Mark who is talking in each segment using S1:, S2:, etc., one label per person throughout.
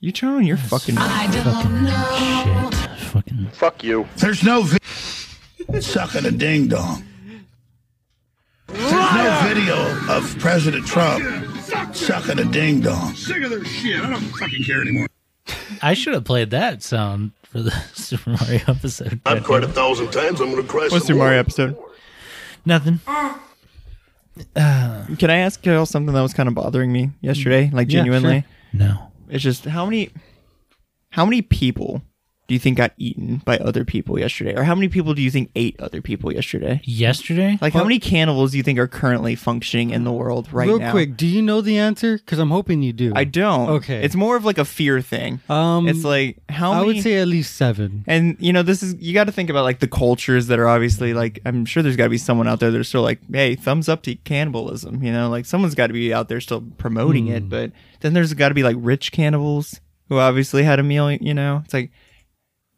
S1: You turn on your fucking.
S2: Fucking shit. Fucking.
S3: Fuck you.
S4: There's no vi- sucking a ding dong. There's no video of President Trump sucking a ding dong.
S5: Sick of their shit. I don't fucking care anymore.
S2: I should have played that sound for the Super Mario episode.
S6: I've cried a thousand times. I'm going to cry
S1: What's
S6: some
S1: your Mario
S6: more.
S1: episode?
S2: Nothing.
S7: Uh,
S1: Can I ask y'all something that was kind of bothering me yesterday? Like
S2: Yeah,
S1: genuinely,
S2: sure. No.
S1: it's just how many, how many people do you think got eaten by other people yesterday, or how many people do you think ate other people yesterday?
S2: Yesterday?
S1: Like how many cannibals do you think are currently functioning in the world right
S7: Real
S1: now?
S7: quick, do you know the answer? Because I'm hoping you do.
S1: I don't.
S7: Okay.
S1: it's more of like a fear thing.
S7: Um,
S1: it's like how
S7: I
S1: many,
S7: would say at least seven.
S1: And you know, this is you got to think about like the cultures that are obviously like I'm sure there's got to be someone out there that's still like, hey, thumbs up to cannibalism. You know, like someone's got to be out there still promoting it. But then there's got to be like rich cannibals who obviously had a meal. You know, it's like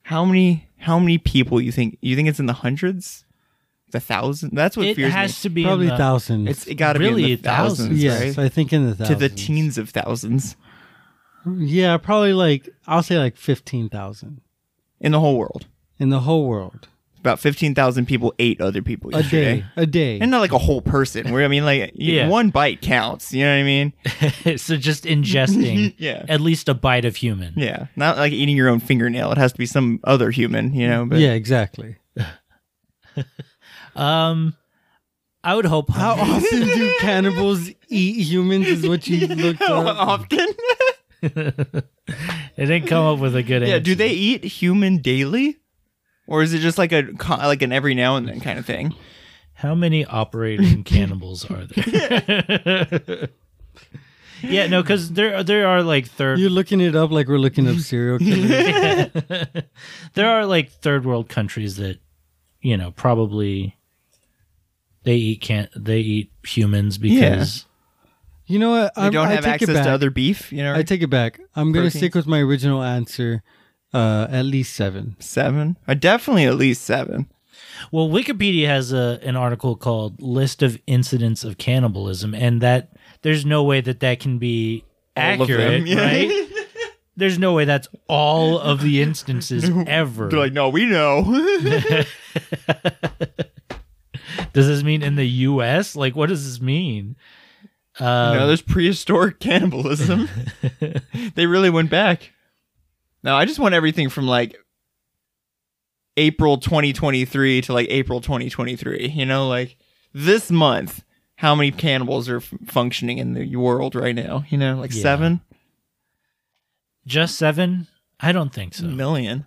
S1: how many how many people you think you think it's in the hundreds, the thousand? That's what
S2: It
S1: fears
S2: has
S1: me.
S2: to be
S7: Probably
S2: in the,
S7: thousands.
S1: It's it got to be
S2: really
S1: in the thousands,
S2: thousands,
S7: yes,
S1: right?
S7: I think in the
S1: to
S7: thousands.
S1: the teens of thousands
S7: Yeah, probably like I'll say like fifteen thousand
S1: in the whole world.
S7: in the whole world
S1: About fifteen thousand people ate other people
S7: a
S1: yesterday.
S7: day. A day.
S1: and not like a whole person. Where I mean, like
S2: Yeah.
S1: one bite counts. You know what I mean?
S2: so just ingesting
S1: Yeah.
S2: at least a bite of human.
S1: Yeah, not like eating your own fingernail. It has to be some other human. You know? But
S7: yeah, exactly.
S2: Um, I would hope.
S7: How often do cannibals eat humans? Is what you looked
S1: How
S7: up.
S1: often?
S2: It didn't come up with a good answer.
S1: yeah. Do they eat human daily, or is it just like a co- like an every now and then kind of thing?
S2: How many operating cannibals are there? yeah, no, because there there are like third
S7: You're looking it up like we're looking up serial killers.
S2: there are like third world countries that you know probably they eat can they eat humans because
S7: you know what?
S1: They
S7: I'm-
S1: don't
S7: Um, I
S1: have
S7: take it
S1: access
S7: back.
S1: to other beef. You know?
S7: I take it back. I'm gonna
S1: Proteins.
S7: stick with my original answer. Uh, at least seven.
S1: seven. I definitely at least seven.
S2: well Wikipedia has a an article called list of incidents of cannibalism and that there's no way that that can be
S1: All of them,
S2: accurate
S1: yeah.
S2: right there's no way that's all of the instances ever
S1: They're like, no, we know.
S2: Does this mean in the U.S.? Like, what does this mean? Uh,
S1: no, there's prehistoric cannibalism. they really went back. No, I just want everything from like April 2023 to like April 2023. You know, like this month, how many cannibals are f- functioning in the world right now? You know, like
S2: Yeah.
S1: seven
S2: just seven? I don't think so.
S1: million.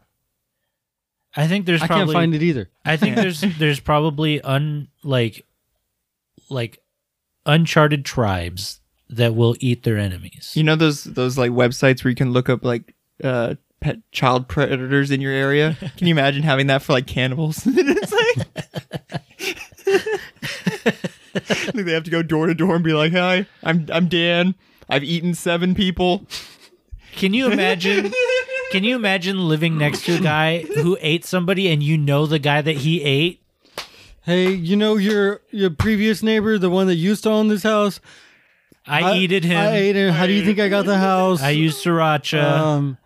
S2: I think there's
S7: I
S2: probably.
S7: can't find it either.
S2: I think there's there's probably un like like uncharted tribes that will eat their enemies.
S1: You know those those like websites where you can look up like uh pet child predators in your area? Can you imagine having that for like cannibals? it's like Like, they have to go door to door and be like, "Hi, I'm I'm Dan. I've eaten seven people."
S2: Can you imagine? Can you imagine living next to a guy who ate somebody and you know the guy that he ate?
S7: Hey, you know your your previous neighbor, the one that used to own this house.
S2: I, eated him.
S7: I
S2: I,
S7: ate him. How do you think I got the house?
S2: used sriracha.
S7: um.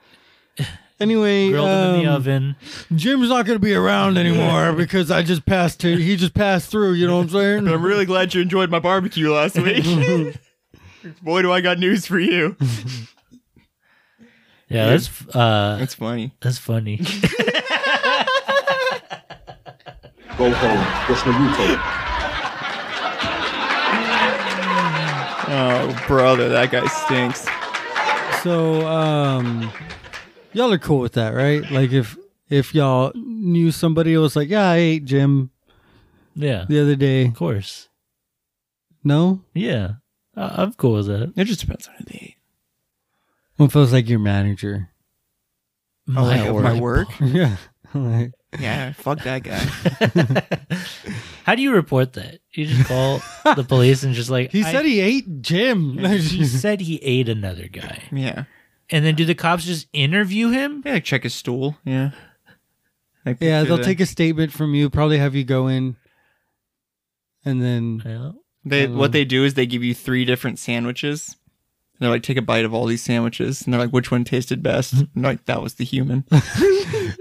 S7: Anyway,
S2: grilled him in the
S7: um,
S2: oven.
S7: Jim's not gonna be around anymore because I just passed. To, he just passed through. You know what I'm
S1: I'm
S7: saying?
S1: really glad you enjoyed my barbecue last week. Boy, do I got news for you.
S2: Yeah, that's uh,
S1: That's funny.
S2: that's funny.
S6: Go home. Listen to you tape.
S1: Oh, brother, that guy stinks.
S7: So, um, y'all are cool with that, right? Like if if y'all knew somebody who was like, yeah, I ate Jim
S2: Yeah,
S7: the other day.
S2: of course.
S7: No,
S2: Yeah, uh, I- I'm cool with
S7: Oh,
S2: that.
S1: It just depends on who they ate.
S7: what if it was like your manager?
S1: Oh, like of my work?
S7: yeah. Like,
S1: Yeah, fuck that guy.
S2: How do you report that? You just call the police and just like
S7: he
S2: I-
S7: said he ate Jim.
S2: he said he ate another guy,
S1: Yeah.
S2: and then do the cops just interview him?
S1: Yeah, like check his stool. Yeah. Like,
S7: yeah, they'll take
S1: it.
S7: a statement from you. Probably have you go in, and then
S2: Yeah.
S1: They, what they do is they give you three different sandwiches, And they're like, take a bite of all these sandwiches. And they're like, which one tasted best?
S2: Mm-hmm.
S1: And they're like, that was the human.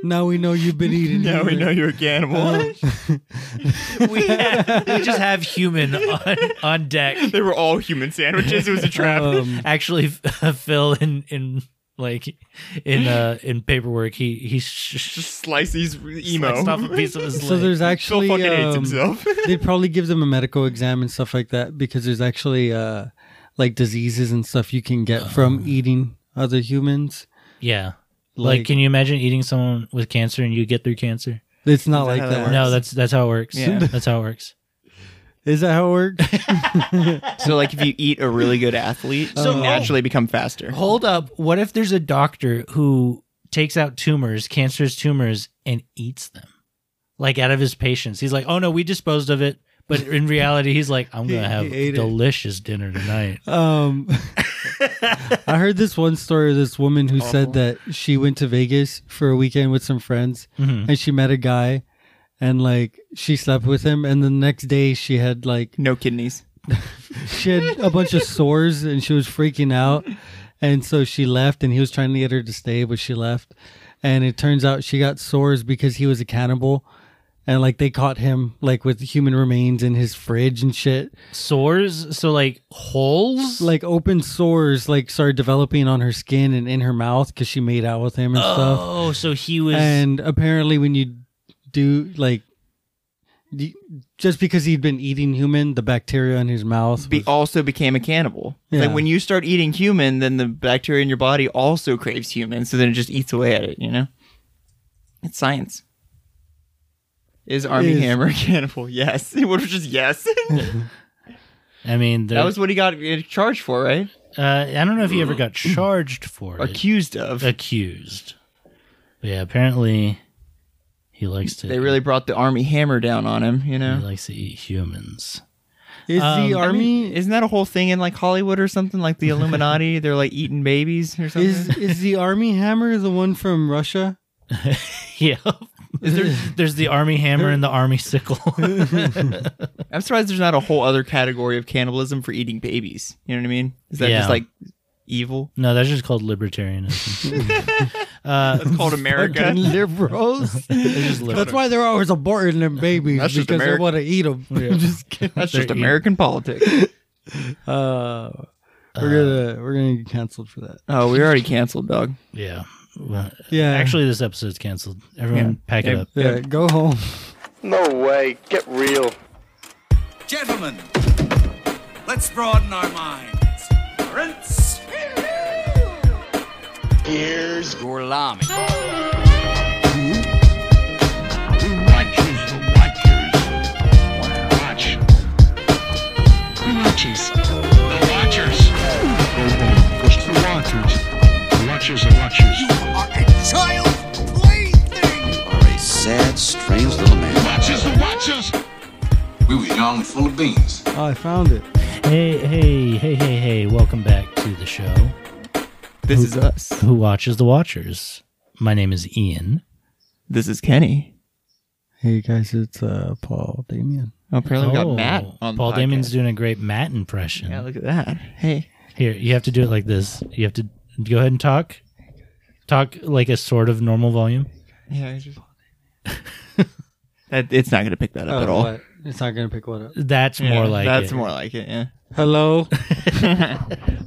S7: Now we know you've been eating. Um,
S1: now we
S7: human.
S1: know you're a cannibal.
S2: we, we just have human on, on deck.
S1: they were all human sandwiches. It was a trap.
S7: Um,
S2: Actually, Phil in in like in uh in paperwork, he he sh-
S1: Just slice these emo.
S2: sliced off a piece of his
S7: So
S2: leg.
S7: there's
S1: Phil
S7: actually
S1: fucking hates
S7: um,
S1: himself.
S7: they probably give them a medical exam and stuff like that because there's actually uh like diseases and stuff you can get from eating other humans.
S2: yeah. Like,
S7: Like-
S2: can you imagine eating someone with cancer and you get through cancer?
S7: It's not like
S1: how
S7: that.
S1: that
S2: No, that's that's how it works.
S1: Yeah.
S2: that's how it works.
S7: Is that how it works?
S1: so like if you eat a really good athlete, so
S2: Oh.
S1: you naturally become faster.
S2: Hold up. What if there's a doctor who takes out tumors, cancerous tumors, and eats them? Like out of his patients. He's like, oh no, we disposed of it. But in reality, he's like, I'm going to
S7: He-
S2: have
S7: he ate it.
S2: delicious dinner tonight.
S7: Um, I heard this one story of this woman who said that she went to Vegas for a weekend with some friends
S2: Mhm.
S7: and she met a guy and like she slept with him and the next day she had like
S1: No kidneys.
S7: she had a bunch of sores and she was freaking out and so she left and he was trying to get her to stay but she left and it turns out she got sores because he was a cannibal and like they caught him like with human remains in his fridge and shit
S2: Sores? So, like holes?
S7: like open sores like started developing on her skin and in her mouth because she made out with him and stuff.
S2: oh, so he was.
S7: uh, And apparently, when you do like, y- just because he'd been eating human, the bacteria in his mouth.
S1: Be,
S7: was-
S1: also became a cannibal. It's
S7: Yeah.
S1: Like when you start eating human, then the bacteria in your body also craves human, so then it just eats away at it. You know, it's science. Is Army
S7: Is-
S1: Hammer a cannibal? Yes. It was just yes.
S2: I mean,
S1: that
S2: there,
S1: was what he got uh, charged for, right?
S2: uh, I don't know if he ever got
S7: Mm-hmm.
S2: charged for it.
S1: Accused of.
S2: Accused. But yeah, apparently he likes to.
S1: They really brought the Army Hammer down on him. You
S2: He
S1: know.
S2: likes to eat humans.
S7: is
S2: um,
S7: the
S2: I
S1: I mean,
S7: army
S1: isn't that a whole thing in like Hollywood or something? Like the Illuminati, they're like eating babies or something.
S7: is is the army hammer the one from Russia?
S2: Yeah. there's, there's the army hammer and the army sickle.
S1: I'm surprised there's not a whole other category of cannibalism for eating babies. You know what I mean? Is that
S2: Yeah.
S1: just like evil?
S2: no, that's just called libertarianism. Uh,
S1: That's called America.
S7: Fucking liberals.
S2: Just
S7: That's why they're always aborting them babies
S1: That's just
S7: because they
S1: Ameri-
S7: want to eat them. just kidding.
S1: That's
S2: They're
S1: just
S2: eating-
S1: American politics.
S7: Uh, we're
S1: Uh.
S7: gonna we're gonna get canceled for that.
S1: Oh, we already canceled, dog.
S2: yeah. Well,
S7: Yeah.
S2: Actually, this episode's canceled. Everyone, pack it
S1: Yeah.
S2: up.
S7: Yeah, go home.
S3: No way. Get real.
S8: Gentlemen, let's broaden our minds. Lawrence. Here's Gorlami.
S5: The Watchers, the Watchers. Watch. The Watchers. The Watchers. The Watchers. The Watchers, the Watchers.
S8: Are a child plaything.
S9: are a sad, strange little man.
S5: Watchers, the Watchers. We were young, full of beans.
S7: Oh, I found it.
S2: Hey, hey, hey, hey, hey. Welcome back to the show.
S1: This is us.
S2: Who watches the Watchers? My name is Ian.
S1: This is Kenny.
S7: Hey guys, it's uh, Paul Damien.
S1: Oh, apparently we
S2: Oh,
S1: got Matt on
S2: Paul
S1: the podcast.
S2: Damon's doing a great Matt impression.
S1: Yeah, look at that. Hey,
S2: Here, you have to do it like this. You have to go ahead and talk. Talk like a sort of normal volume.
S1: yeah, I just... that, it's not gonna pick that up at all.
S7: but it's not gonna pick one up.
S2: That's
S1: Yeah,
S2: more like
S1: that's
S2: it.
S1: more like it. Yeah.
S7: Hello.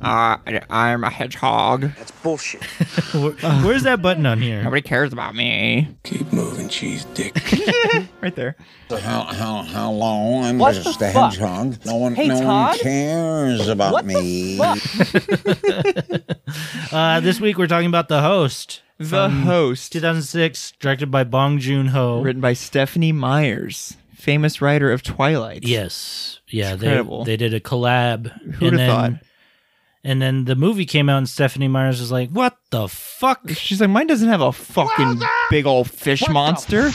S1: Uh, I'm a hedgehog.
S9: That's bullshit.
S2: Where- Where's that button on here?
S1: Nobody cares about me.
S5: Keep moving, cheese dick.
S1: Right there.
S10: How, how, how long? I'm
S8: What
S10: just
S8: the
S10: a
S8: fuck?
S10: hedgehog. No one,
S8: Hey,
S10: no
S8: Todd?
S10: one cares about
S8: What the
S10: me.
S2: Uh, this week we're talking about the host,
S1: The host,
S2: 2006, directed by Bong Joon Ho.
S1: written by Stephanie Myers, famous writer of Twilight.
S2: Yes, yeah,
S1: It's
S2: they
S1: incredible.
S2: they did a collab.
S1: Who'd have
S2: and then-
S1: thought?
S2: And then the movie came out, and Stephanie Myers was like, "What the fuck?"
S1: She's like, mine doesn't have a fucking big old fish monster.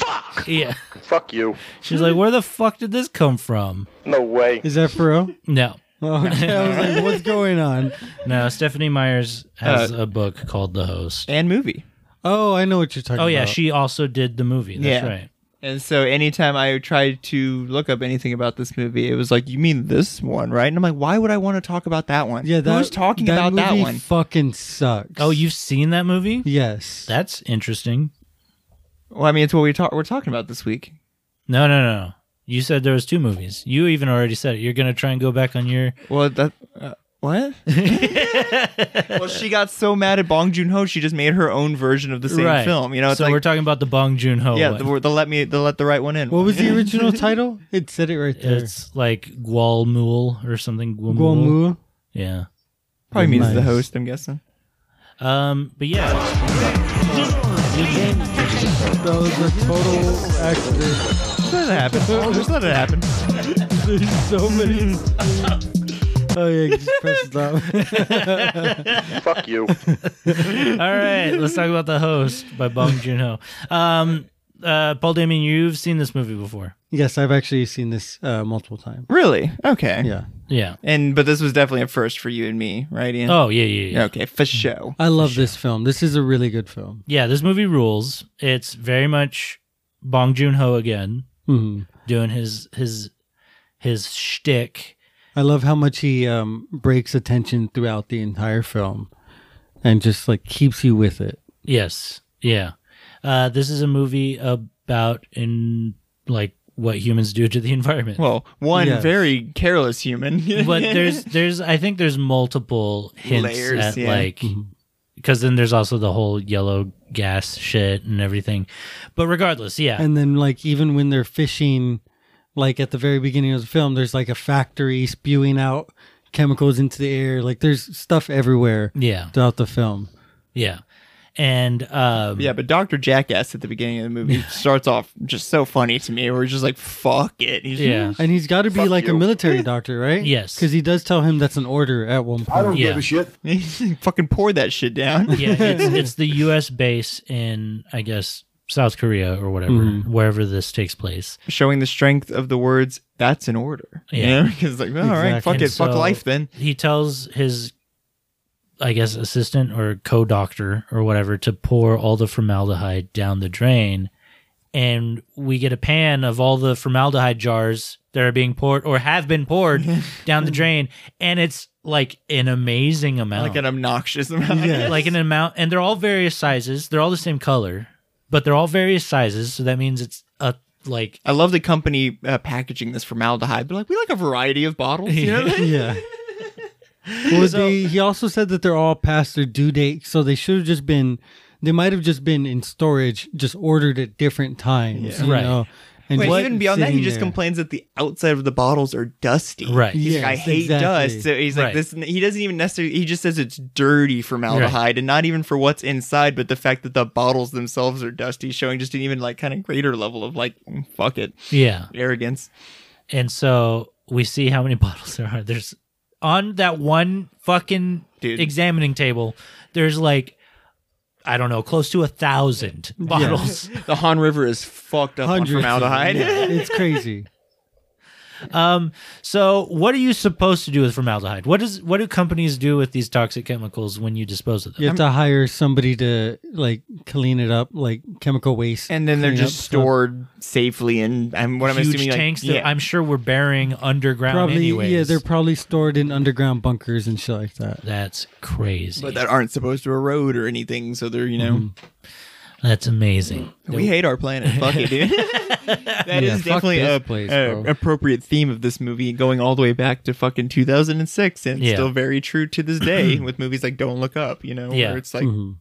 S2: Yeah,
S3: Fuck you.
S2: she's like, "Where the fuck did this come from?"
S3: No way.
S7: Is that for real?
S2: No,
S7: Oh, okay. I was like, what's going on?
S2: no. Stephanie Myers has a book called The Host.
S1: Uh, and movie.
S7: Oh, I know what you're talking about.
S2: Oh yeah, she also did the movie. That's
S1: Yeah.
S2: right.
S1: And so anytime I tried to look up anything about this movie, it was like, "You mean this one, right?" And I'm like, "Why would I want to talk about that one?
S7: Yeah, that,
S1: who's talking
S7: that
S1: about
S7: movie
S1: that one?"
S7: Fucking sucks.
S2: Oh, you've seen that movie?
S7: yes.
S2: That's interesting.
S1: well, I mean, it's what we talk- we're talking about this week.
S2: No, no, no. You said there was two movies. You even already said it. You're gonna try and go back on your.
S1: Well, that uh, what? well, she got so mad at Bong Joon Ho, she just made her own version of the same
S2: Right.
S1: film. You know, it's
S2: so
S1: like
S2: we're talking about the Bong Joon Ho.
S1: yeah,
S2: one.
S1: the, the let me the let the right one in.
S7: What was the original title? It said it right there.
S2: it's like Gualmul or something. Gualmul.
S7: Guamu.
S2: Yeah.
S1: Probably means the
S7: Nice.
S1: host, I'm guessing.
S2: Um. But yeah.
S7: That was a total accident.
S1: Just let it happen. Just let it happen.
S7: There's so many. Oh yeah, just press stop.
S3: Fuck you.
S2: All right. Let's talk about the host by Bong Joon Ho. Um. Uh. Paul Damien, you've seen this movie before.
S7: yes, I've actually seen this uh, multiple times.
S1: Really? Okay.
S7: Yeah,
S2: Yeah.
S1: And but this was definitely a first for you and me, right, Ian?
S2: Oh yeah yeah yeah.
S1: Okay, for show.
S7: I love this film. This is a really good film.
S2: Yeah. This movie rules. It's very much Bong Joon Ho again
S7: hmm
S2: doing his his his shtick.
S7: I love how much he um, breaks attention throughout the entire film, and just like keeps you with it.
S2: Yes. Yeah. Uh, this is a movie about in like what humans do to the environment.
S1: Well, one
S7: Yes.
S1: very careless human.
S2: but there's there's I think there's multiple hints
S1: Layers,
S2: at
S1: yeah. Mm-hmm.
S2: like because then there's also the whole yellow gas shit and everything. But regardless, yeah.
S7: And then like even when they're fishing, like at the very beginning of the film, there's like a factory spewing out chemicals into the air. Like there's stuff everywhere
S2: yeah.
S7: throughout the film.
S2: Yeah. And um
S1: yeah, but Doctor Jackass at the beginning of the movie starts off just so funny to me. Where he's just like, "Fuck it." He's
S2: yeah.
S7: And he's got to be
S3: Fuck
S7: like a
S3: you.
S7: military doctor, right?
S2: Yes.
S7: because he does tell him that's an order at one point.
S2: yeah.
S1: just- fucking pour that shit down.
S2: yeah, it's, it's the U.S. base in, I guess, South Korea or whatever,
S1: Mm-hmm.
S2: wherever this takes place.
S1: Showing the strength of the words. That's an order.
S2: Yeah.
S1: because like, all right, fuck
S2: And
S1: it, fuck
S2: so
S1: life then.
S2: He tells his, I guess, assistant or co doctor or whatever to pour all the formaldehyde down the drain. And we get a pan of all the formaldehyde jars that are being poured or have been poured down the drain. And it's like an amazing amount.
S1: Like an obnoxious amount.
S7: Yeah.
S2: like an amount and they're all various sizes they're all the same color but they're all various sizes so that means it's a like
S1: I love the company uh, packaging this formaldehyde. They're like, we like a variety of bottles. You know?
S7: yeah. Well, they, he also said that they're all past their due date, so they should have just been. They might have just been in storage, just ordered at different times, you
S2: Right.
S7: know, And
S1: Wait,
S7: just
S1: even beyond that, he
S7: sitting
S1: just
S7: there.
S1: complains that the outside of the bottles are dusty.
S2: Right.
S1: He's like, I
S7: Yes,
S1: hate
S7: exactly.
S1: dust. So he's
S2: Right.
S1: like, this. He doesn't even necessarily. He just says it's dirty formaldehyde, and not even for what's inside, but the fact that the bottles themselves are dusty, showing just an even like kind of greater level of like, mm, fuck it,
S2: yeah
S1: arrogance.
S2: and so we see how many bottles there are there's on that one fucking
S1: Dude.
S2: examining table there's like i don't know close to a thousand bottles
S1: The Han River is fucked up on
S7: Hundreds of them,
S1: formaldehyde.
S7: yeah. it's crazy.
S2: um so what are you supposed to do with formaldehyde what does what do companies do with these toxic chemicals when you dispose of them
S7: You have to hire somebody to like clean it up, like chemical waste,
S1: And then they're
S7: clean up
S1: just
S7: stuff.
S1: stored safely in. I'm what I'm
S2: huge
S1: assuming like,
S2: tanks that
S1: yeah.
S2: i'm sure we're burying underground
S7: Probably,
S2: anyways
S7: yeah, they're probably stored in underground bunkers and shit like that.
S2: that's crazy
S1: but that aren't supposed to erode or anything, so they're you know.
S2: That's amazing.
S1: We hate our planet. Fuck it, dude. That is
S7: Yeah, fuck
S1: definitely
S7: this
S1: a,
S7: place,
S1: a
S7: bro.
S1: appropriate theme of this movie, going all the way back to fucking 2006, and it's
S2: Yeah.
S1: still very true to this day with movies like Don't Look Up. You know,
S2: Yeah.
S1: where it's like
S7: Mm-hmm.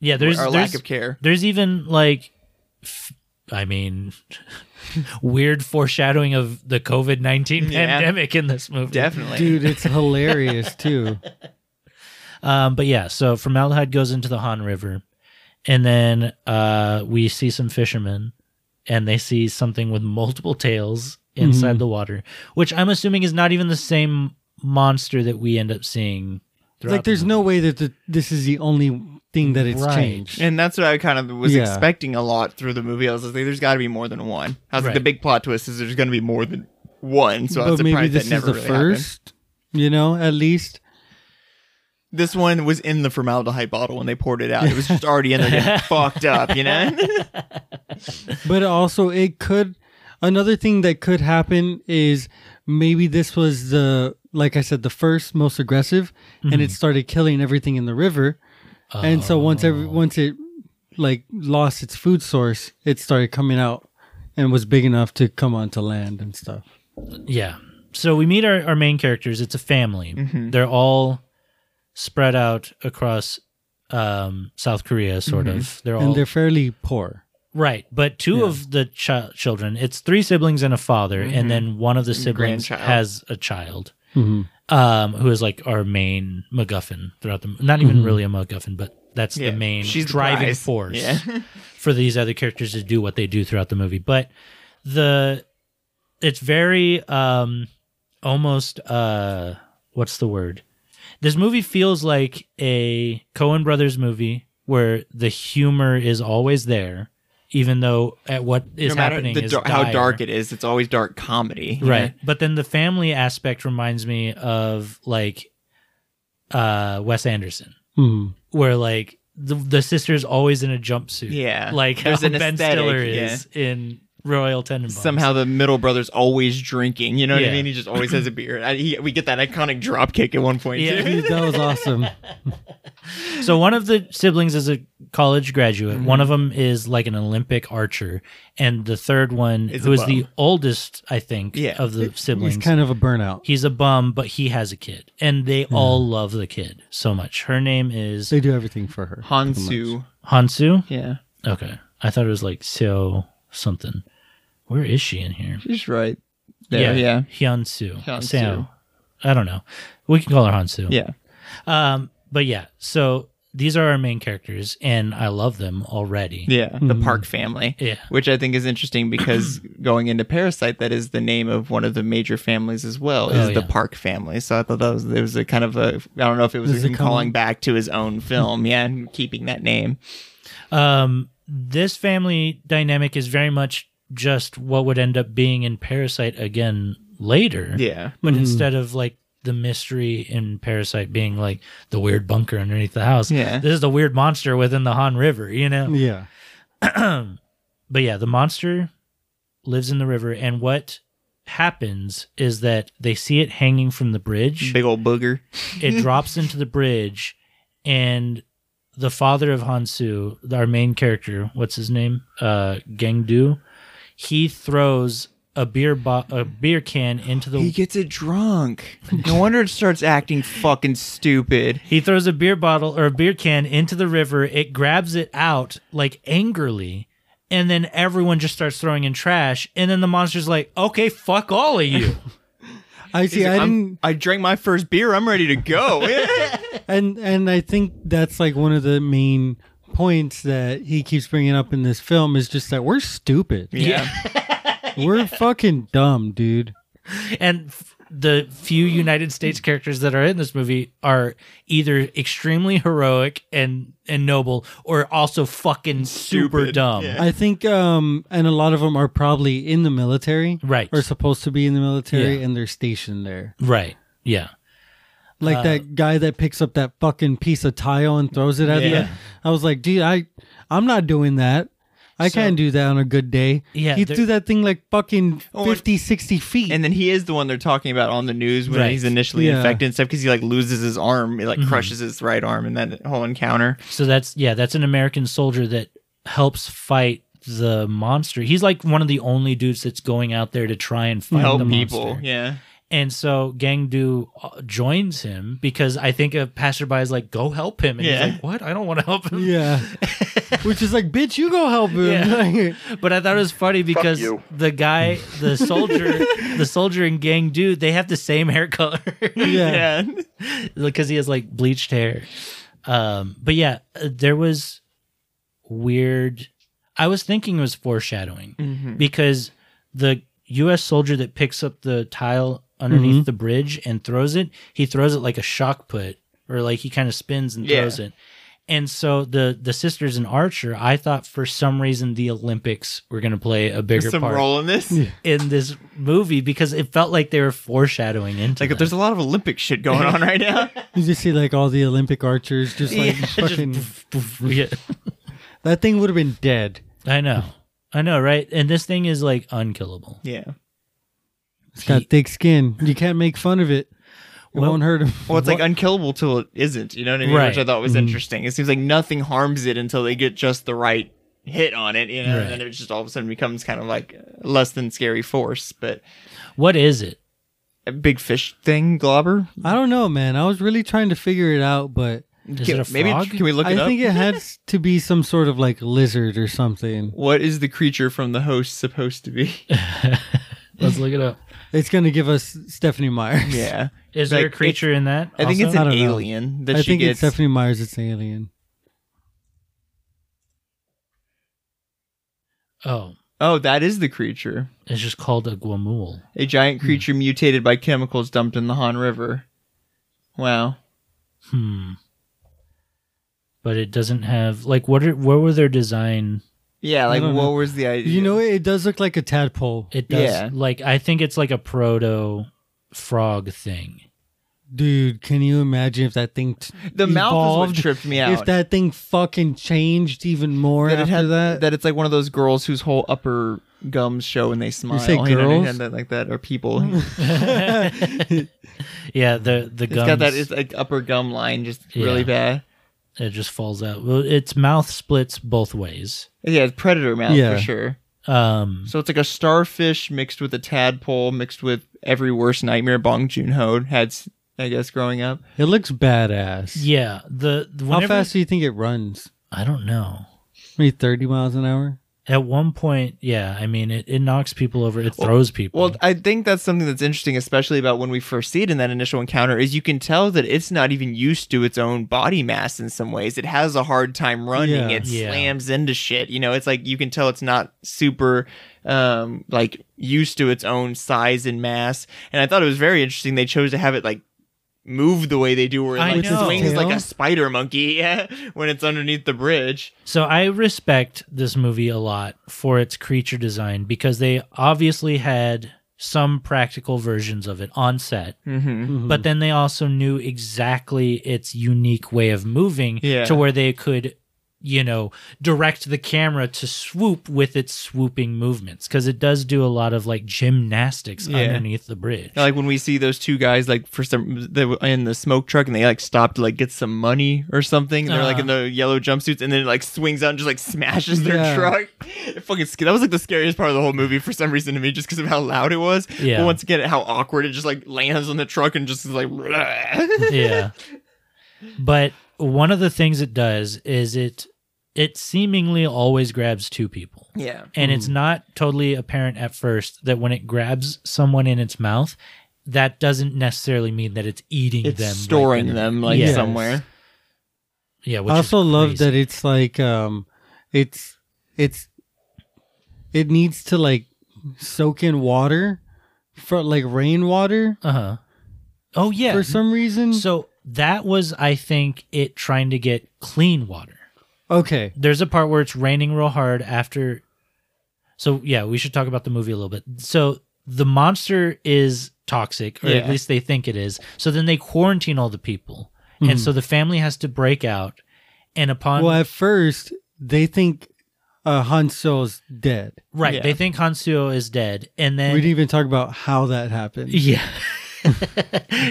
S2: Yeah, there's
S1: our
S2: there's,
S1: lack of care.
S2: there's even like, f- I mean, weird foreshadowing of the COVID nineteen
S1: Yeah.
S2: pandemic in this movie.
S1: Definitely,
S7: Dude, it's hilarious too.
S2: Um, but yeah, so formaldehyde goes into the Han River, and then uh, we see some fishermen, and they see something with multiple tails inside
S7: Mm-hmm.
S2: the water, which I'm assuming is not even the same monster that we end up seeing. throughout
S7: like,
S2: the
S7: there's no way that the, this is the only thing that it's
S2: Right.
S7: changed.
S1: And that's what I kind of was
S7: Yeah.
S1: expecting a lot through the movie. I was like, there's got to be more than one. I was
S2: Right.
S1: like, the big plot twist is there's going to be more than one. So I was
S7: but maybe
S1: surprised
S7: this
S1: that
S7: is
S1: never
S7: the
S1: really happened.
S7: first, you know, at least.
S1: This one was in the formaldehyde bottle when they poured it out. It was just already in there getting fucked up, you know?
S7: but also it could another thing that could happen is maybe this was the like i said the first most aggressive and
S2: Mhm.
S7: it started killing everything in the river
S2: Oh.
S7: and so once every once it like lost its food source it started coming out and was big enough to come onto land and stuff
S2: Yeah. So we meet our, our main characters. It's a family.
S1: Mm-hmm.
S7: Mhm.
S2: They're all spread out across um, South Korea, sort
S1: Mm-hmm.
S2: of. They're all
S7: and they're fairly poor
S2: right, but two of the chi- children. It's three siblings and a father,
S7: Mhm.
S1: Mm-hmm.
S2: and then one of the siblings
S7: Grandchild.
S2: has a child.
S7: Mhm.
S2: Um, who is like our main MacGuffin throughout the not even
S7: Mhm.
S2: really a MacGuffin, but that's
S1: Yeah,
S2: the main
S1: she's the
S2: driving
S1: prize.
S2: force
S1: Yeah.
S2: for these other characters to do what they do throughout the movie. But the it's very um almost uh what's the word? This movie feels like a Cohen Brothers movie where the humor is always there, even though at what is
S1: no matter
S2: happening
S1: the
S2: is
S1: dar- how
S2: dire.
S1: dark it is, it's always dark comedy. you
S2: Right. But then the family aspect reminds me of like uh Wes Anderson.
S7: Mhm.
S2: Where like the, the sister's always in a jumpsuit.
S1: Yeah.
S2: Like how
S1: There's
S2: Ben
S1: an aesthetic,
S2: Stiller
S1: yeah.
S2: is in Royal
S1: know?
S2: Tenenbaums.
S1: Somehow the middle brother's always drinking. You know what
S2: Yeah.
S1: I mean? He just always has a beer. I, he, we get that iconic drop kick at one point.
S2: Yeah.
S1: too.
S7: that was awesome
S2: So one of the siblings is a college graduate. One of them is like an Olympic archer, and the third one,
S7: Is
S2: who
S7: a
S2: is the
S7: bum.
S2: oldest, I think,
S7: Yeah.
S2: of the
S7: He's
S2: siblings,
S7: kind of a burnout.
S2: He's a bum, but he has a kid, and they all love the kid so much. Her name is
S7: they do everything for her pretty much.
S1: Hansu.
S2: Hansu.
S1: Yeah.
S2: Okay, I thought it was like Seo something. Where is she in here?
S1: She's right. There, yeah.
S2: Hyunsu.
S1: Hyunsu.
S2: Seo. I don't know. We can call her Hansu.
S1: Yeah.
S2: Um, but yeah, so these are our main characters, and I love them already.
S1: Yeah, the
S7: Mm-hmm.
S1: Park family.
S2: Yeah.
S1: which I think is interesting because going into Parasite, that is the name of one of the major families as well, is
S2: Oh,
S1: the
S2: yeah.
S1: Park family. So I thought that was it was a kind of a I don't know if it was
S2: This is
S1: him
S2: a common-
S1: calling back to his own film, yeah, and keeping that name.
S2: Um, this family dynamic is very much just what would end up being in Parasite again later.
S1: Yeah.
S2: But
S1: Mhm.
S2: instead of like the mystery in Parasite being like the weird bunker underneath the house,
S1: Yeah.
S2: this is the weird monster within the Han River, you know?
S7: Yeah.
S2: but yeah, the monster lives in the river, and what happens is that they see it hanging from the bridge.
S1: Big old booger.
S2: it drops into the bridge, and the father of Hansu, our main character, what's his name? Uh, Gangdu. He throws a beer bo- a beer can into the
S1: He gets it drunk. No wonder it starts acting fucking stupid.
S2: He throws a beer bottle or a beer can into the river. It grabs it out like angrily. And then everyone just starts throwing in trash. And then the monster's like, okay, fuck all of you.
S7: I see.
S1: He's like,
S7: I
S1: "I'm-
S7: didn't.
S1: I drank my first beer. I'm ready to go.
S7: And and I think that's like one of the main points that he keeps bringing up in this film is just that we're stupid.
S1: Yeah.
S7: we're fucking dumb, dude.
S2: and f- the few United States characters that are in this movie are either extremely heroic and, and noble or also fucking super dumb.
S7: I think, um, and a lot of them are probably in the military,
S2: right?
S7: Or supposed to be in the military,
S2: Yeah.
S7: and they're stationed there,
S2: Right. Yeah.
S7: Like
S2: Uh,
S7: that guy that picks up that fucking piece of tile and throws it at
S2: Yeah.
S7: you. I was like, dude, I, I'm not doing that. I
S2: So-
S7: can't do that on a good day.
S2: Yeah,
S7: he
S2: there-
S7: threw that thing like fucking
S1: Oh, and-
S7: 50, 60 feet.
S1: And then he is the one they're talking about on the news when
S2: Right.
S1: he's initially
S7: Yeah.
S1: infected and stuff because he like loses his arm, it like
S2: Mhm.
S1: crushes his right arm in that whole encounter.
S2: So that's yeah, that's an American soldier that helps fight the monster. He's like one of the only dudes that's going out there to try and fight
S1: Help
S2: the
S1: people,
S2: monster.
S1: yeah.
S2: And so Gangdu uh, joins him because I think a passerby is like, "Go help him," and
S7: Yeah.
S2: he's like, "What? I don't want to help him."
S7: Yeah. Which is like, bitch, you go help him.
S2: But I thought it was funny because
S7: you.
S2: the guy, the soldier, the soldier and Gangdu, they have the same hair color.
S7: Yeah.
S2: because he has like bleached hair. Um, but yeah, uh, there was weird. I was thinking it was foreshadowing
S1: Mhm.
S2: because the U.S. soldier that picks up the tile underneath
S7: Mhm.
S2: the bridge and throws it, he throws it like a shock put, or like he kind of spins and
S1: Yeah.
S2: throws it, And so the the sisters in Archer, I thought for some reason the Olympics were going to play a bigger
S1: Some
S2: part
S1: role in this? Yeah.
S2: in this movie because it felt like they were foreshadowing into
S1: Like,
S2: them.
S1: there's a lot of Olympic shit going on right now.
S7: You just see like all the Olympic archers just like
S2: Yeah, just
S7: fucking.
S2: poof, poof, yeah.
S7: that thing would have been dead.
S2: I know, I know, right? And this thing is like unkillable.
S1: Yeah.
S7: It's got thick skin. You can't make fun of it. It
S2: Well-
S7: won't hurt him.
S1: Well, it's like unkillable till it isn't. You know what I mean?
S2: Right.
S1: Which I thought was
S2: Mhm.
S7: Mm-hmm.
S1: interesting. It seems like nothing harms it until they get just the right hit on it. You know,
S2: Right.
S1: and then it just all of a sudden becomes kind of like a less than scary force. But
S2: What is it?
S1: a big fish thing, globber.
S7: I don't know, man. I was really trying to figure it out, but
S2: Is
S1: Can-
S2: it a
S1: maybe
S2: frog?
S1: can we look
S7: I
S1: it up?
S7: think it had to be some sort of like lizard or something.
S1: what is the creature from the host supposed to be?
S2: Let's look it up.
S7: It's gonna give us Stephanie Myers.
S1: yeah.
S2: Is
S1: Like,
S2: there a creature in that?
S1: I think it's
S2: also?
S7: I
S1: an
S7: don't know.
S1: alien that
S7: I
S1: she
S7: think
S1: gets.
S7: it's Stephanie Myers. It's an alien.
S2: oh,
S1: oh, that is the creature.
S2: it's just called a guamul.
S1: A giant
S7: Hmm.
S1: creature mutated by chemicals dumped in the Han River. Wow.
S2: Hmm. But it doesn't have like what are what were their design?
S1: Yeah, like
S7: don't
S1: what
S7: know.
S1: was the idea?
S7: You know, it it does look like a tadpole.
S2: It does
S1: Yeah.
S2: like I think it's like a proto frog thing.
S7: Dude, can you imagine if that thing t-
S1: The mouth is what
S7: evolved?
S1: tripped me out.
S7: If that thing fucking changed even more
S1: that it
S7: after
S1: had
S7: that,
S1: that it's like one of those girls whose whole upper gums show when they smile.
S7: say
S1: You know,
S7: girls?
S1: and that- like that, or people.
S2: Yeah, the the
S1: It's
S2: gums
S1: got that it's like upper gum line, just
S2: Yeah.
S1: really bad.
S2: it just falls out. Well, its mouth splits both ways.
S1: Yeah, it's predator mouth
S7: Yeah.
S1: for sure.
S2: Um
S1: So it's like a starfish mixed with a tadpole, mixed with every worst nightmare Bong Joon Ho had, s- I guess, growing up.
S7: it looks badass.
S2: yeah, the, the
S7: How
S2: whenever,
S7: fast do you think it runs?
S2: I don't know.
S7: Maybe thirty miles an hour.
S2: At one point, yeah, I mean it, it knocks people over, it throws people.
S1: Well, I think that's something that's interesting, especially about when we first see it in that initial encounter, is you can tell that it's not even used to its own body mass in some ways. It has a hard time running.
S7: Yeah.
S1: It
S2: Yeah.
S1: slams into shit. You know, it's like you can tell it's not super um like used to its own size and mass. And I thought it was very interesting they chose to have it like move the way they do where it
S2: I
S1: like
S2: know.
S1: swings like
S7: Tail?
S1: a spider monkey yeah, when it's underneath the bridge.
S2: So I respect this movie a lot for its creature design because they obviously had some practical versions of it on set,
S1: Mm-hmm.
S2: but then they also knew exactly its unique way of moving
S1: Yeah.
S2: to where they could, you know, direct the camera to swoop with its swooping movements because it does do a lot of like gymnastics
S1: Yeah. Oh.
S2: underneath the bridge.
S1: Yeah, like when we see those two guys like for some they were in the smoke truck and they like stop to like get some money or something and they're like in
S2: Uh-huh.
S1: the yellow jumpsuits and then it like swings out and just like smashes their
S7: Yeah.
S1: truck it fucking sca- that was like the scariest part of the whole movie for some reason to me just because of how loud it was
S2: Yeah.
S1: but once again how awkward it just like lands on the truck and just is like
S2: yeah. But one of the things it does is it it seemingly always grabs two people.
S1: yeah
S2: And it's not totally apparent at first that when it grabs someone in its mouth, that doesn't necessarily mean that it's eating
S1: it's
S2: them. right
S1: storing
S2: then.
S1: them like
S2: Yes.
S1: somewhere
S2: Yeah, which
S7: I also
S2: is
S7: love
S2: crazy.
S7: that it's like um, it's it's it needs to like soak in water for like rainwater
S2: Uh huh. Oh yeah.
S7: for some reason.
S2: so that was, I think, it trying to get clean water.
S7: okay,
S2: there's a part where it's raining real hard after so yeah we should talk about the movie a little bit so the monster is toxic or at
S1: Yeah.
S2: least they think it is so then they quarantine all the people
S7: Mm-hmm.
S2: and so the family has to break out and upon
S7: well at first they think uh, Han Solo's dead.
S2: right
S1: yeah.
S2: they think hansuo is dead and
S7: We
S2: then
S7: didn't even talk about how that happened.
S2: yeah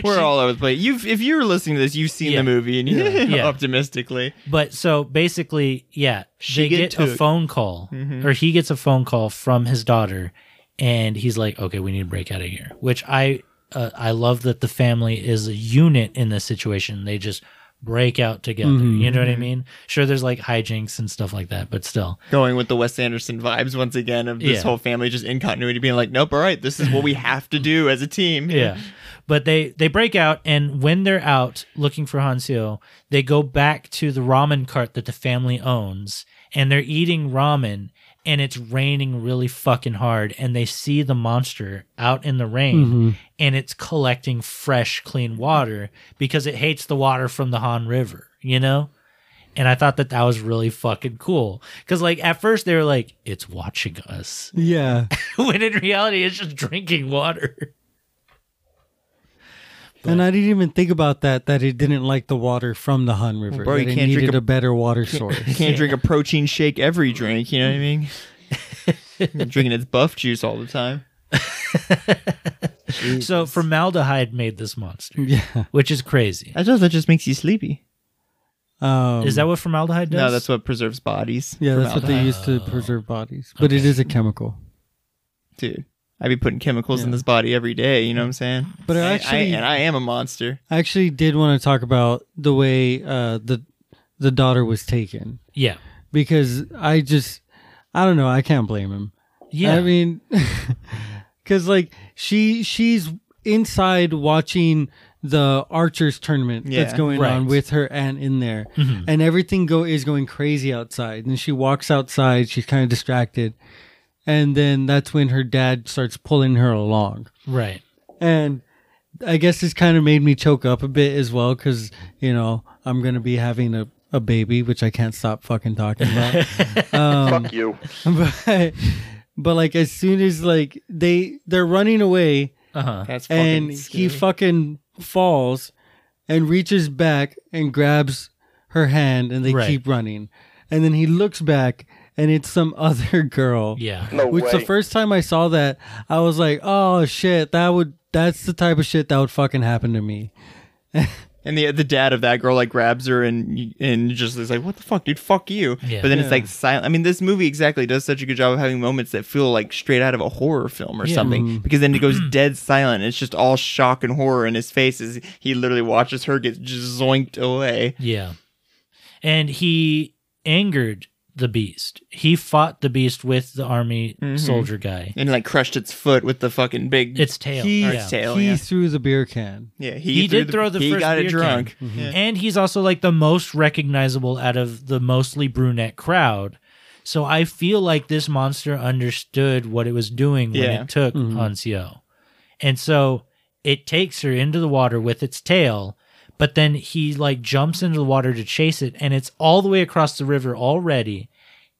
S1: we're all over the place you've if you're listening to this you've seen
S2: Yeah.
S1: the movie and you
S2: Yeah.
S1: optimistically
S2: But so basically, yeah,
S1: She
S2: they
S1: get
S2: get, a
S1: took. Mm-hmm.
S2: phone call, or he gets a phone call from his daughter, and he's like, "Okay, we need to break out of here." Which I uh, I love that the family is a unit in this situation. They just break out together. You know what I
S1: Mm-hmm.
S2: mean? Sure, there's like hijinks and stuff like that, but still,
S1: going with the Wes Anderson vibes once again of this
S2: Yeah.
S1: whole family just in continuity being like, nope, all right, this is what we have to do as a team.
S2: yeah. But they they break out, and when they're out looking for Hansio, they go back to the ramen cart that the family owns, and they're eating ramen, and it's raining really fucking hard, and they see the monster out in the rain, and it's collecting fresh, clean water because it hates the water from the Han River, you know. And I thought that that was really fucking cool. Cause like at first they were like, it's watching us.
S7: Yeah.
S2: when in reality, it's just drinking water.
S7: And I didn't even think about that, that it didn't like the water from the Han River.
S1: bro,
S7: that
S1: you
S7: it
S1: can't
S7: needed
S1: drink
S7: a,
S1: a-
S7: better water
S1: Can't,
S7: source.
S1: can't drink a protein shake every drink. You know what I mean? You're drinking its buff juice all the time.
S2: So formaldehyde made this monster,
S7: Yeah.
S2: which is crazy.
S1: I thought that just makes you sleepy.
S7: Um,
S2: Is that Uh, what formaldehyde does?
S1: No, that's what preserves bodies.
S7: Yeah, that's what they
S1: Formaldehyde.
S7: use to preserve bodies. But it is a chemical.
S1: Dude, I'd be putting chemicals in
S7: Yeah.
S1: this body every day. You know what I'm saying?
S7: But
S1: I- I-
S7: actually-
S1: and I am a monster.
S7: I actually did want to talk about the way uh, the the daughter was taken
S2: yeah.
S7: because I just I don't know I can't blame him.
S2: Yeah.
S7: I mean, because like she she's inside watching the archers tournament that's
S1: Yeah,
S7: going on
S2: right. Mm-hmm.
S7: with her aunt in there, and everything go is going crazy outside. And she walks outside, she's kind of distracted, and then that's when her dad starts pulling her along
S2: right.
S7: and I guess this kind of made me choke up a bit as well because you know I'm gonna be having a, a baby, which I can't stop fucking talking about. Um,
S3: Fuck you.
S7: but, but like as soon as like they they're running away
S2: Uh huh.
S1: That's fucking
S7: and he
S1: scary.
S7: fucking falls and reaches back and grabs her hand and they
S2: Right.
S7: keep running and then he looks back and it's some other girl
S2: Yeah.
S3: No
S7: which
S3: way.
S7: the first time I saw that, I was like, "Oh shit, that would that's the type of shit that would fucking happen to me."
S1: And the the dad of that girl like grabs her and and just is like, "What the fuck, dude? Fuck you!"
S2: Yeah.
S1: But then
S7: Yeah.
S1: it's like silent. I mean, this movie exactly does such a good job of having moments that feel like straight out of a horror film or something. Because then it goes dead silent. It's just all shock and horror in his face as he literally watches her get just zoinked away.
S2: Yeah. And he angered the beast. He fought the beast with the army soldier guy.
S1: And like crushed its foot with the fucking big.
S2: Its tail.
S7: He
S2: yeah.
S1: tail,
S7: he
S1: yeah.
S7: threw the beer can.
S1: yeah,
S2: He,
S1: threw
S2: did throw the
S1: he
S2: first
S1: got
S2: beer
S1: it drunk.
S2: can.
S1: Yeah.
S2: And he's also like the most recognizable out of the mostly brunette crowd. So I feel like this monster understood what it was doing when
S1: Yeah.
S2: it took
S7: Mhm.
S2: Hansio. And so it takes her into the water with its tail, but then he like jumps into the water to chase it and it's all the way across the river already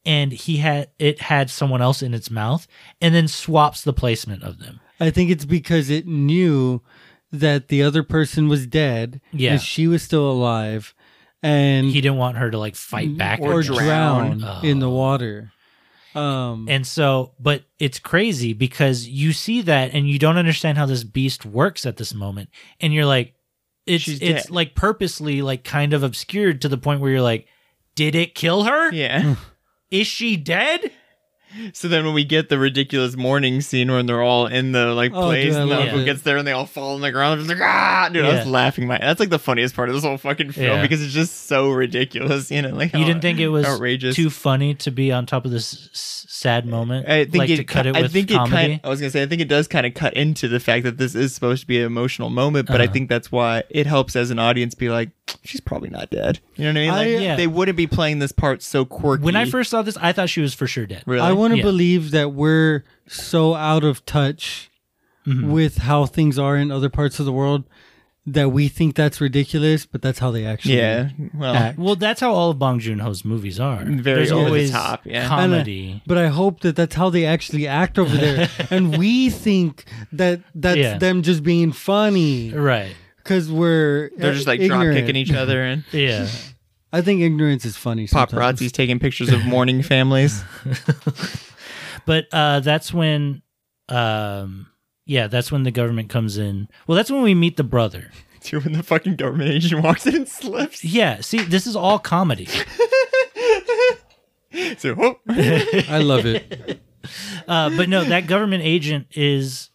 S2: and he had it had someone else in its mouth and then swaps the placement of them.
S7: I think it's because it knew that the other person was dead,
S2: Yeah.
S7: and she was still alive, and
S2: He didn't want her to like fight back
S7: Mm-hmm. or, drown,
S2: Oh.
S7: in the water. Um,
S2: And so, but it's crazy because you see that and you don't understand how this beast works at this moment, and you're like, it's
S1: She's
S2: it's
S1: dead.
S2: like purposely like kind of obscured to the point where you're like, did it kill her?
S1: Yeah.
S2: Is she dead?
S1: So then when we get the ridiculous morning scene when they're all in the like
S7: Oh,
S1: place
S7: dude, I
S1: and the
S2: love
S1: uncle
S7: it.
S1: gets there and they all fall on the ground, they're just like ah, dude, I was
S2: Yeah.
S1: laughing my. That's like the funniest part of this whole fucking film
S2: Yeah.
S1: because it's just so ridiculous, you know. Like oh.
S2: You
S1: how
S2: didn't think it was
S1: outrageous.
S2: too funny to be on top of this s- sad moment?
S1: I think
S2: like
S1: it,
S2: to cut it
S1: I
S2: with
S1: think it
S2: comedy.
S1: kind. I was gonna say I think it does kind of cut into the fact that this is supposed to be an emotional moment, but
S2: Uh-huh.
S1: I think that's why it helps as an audience be like, she's probably not dead. You know what I mean?
S7: I-
S1: Like
S2: Yeah.
S1: they wouldn't be playing this part so quirky.
S2: when I first saw this, I thought she was for sure dead.
S1: really,
S7: I want to
S2: Yeah.
S7: believe that we're so out of touch
S2: Mm-hmm.
S7: with how things are in other parts of the world that we think that's ridiculous, but that's how they actually
S1: yeah, well,
S7: act.
S2: Uh, Well, that's how all of Bong Joon Ho's movies are.
S1: Very
S2: There's
S1: over the
S2: always
S1: top, yeah.
S7: And I-
S2: comedy.
S7: but I hope that that's how they actually act over there, and we think that that's
S2: Yeah.
S7: them just being funny
S2: Right.
S7: because we're uh,
S1: they're just like drop
S7: ignorant.
S1: kicking each other and.
S2: Yeah.
S7: I think ignorance is funny. sometimes.
S1: paparazzi's taking pictures of mourning families.
S2: but uh that's when um yeah, that's when the government comes in. Well, that's when we meet the brother.
S1: Dude, when the fucking government agent walks in and slips.
S2: Yeah, see, this is all comedy.
S1: So, oh.
S7: I love it.
S2: Uh, but no, that government agent is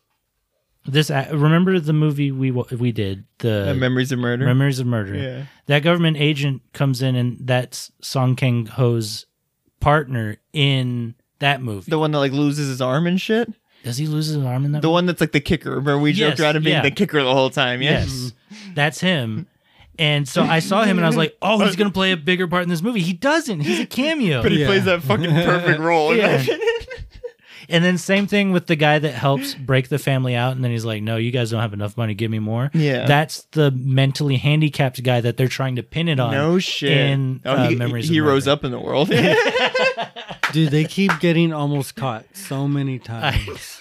S2: this. a- Remember the movie we wa- we did the
S1: Uh, memories of murder.
S2: Memories of Murder.
S1: Yeah.
S2: That government agent comes in, and that's Song Kang Ho's partner in that movie.
S1: the one that like loses his arm and shit.
S2: Does he lose his arm in that?
S1: The one that's like the kicker. Remember we
S2: Yes,
S1: joked around him being
S2: yeah.
S1: the kicker the whole time. Yeah?
S2: Yes, Mm-hmm. that's him. And so I saw him, and I was like, "Oh, he's gonna play a bigger part in this movie." He doesn't. He's a cameo.
S1: But he
S7: Yeah.
S1: plays that fucking perfect role.
S2: Yeah. And then same thing with the guy that helps break the family out, and then he's like, "No, you guys don't have enough money. Give me more."
S1: Yeah.
S2: that's the mentally handicapped guy that they're trying to pin it on.
S1: No shit.
S2: In
S1: Oh,
S2: uh,
S1: he-
S2: memories,
S1: he
S2: of
S1: rose
S2: Murder.
S1: up in the world.
S7: Dude, they keep getting almost caught so many times.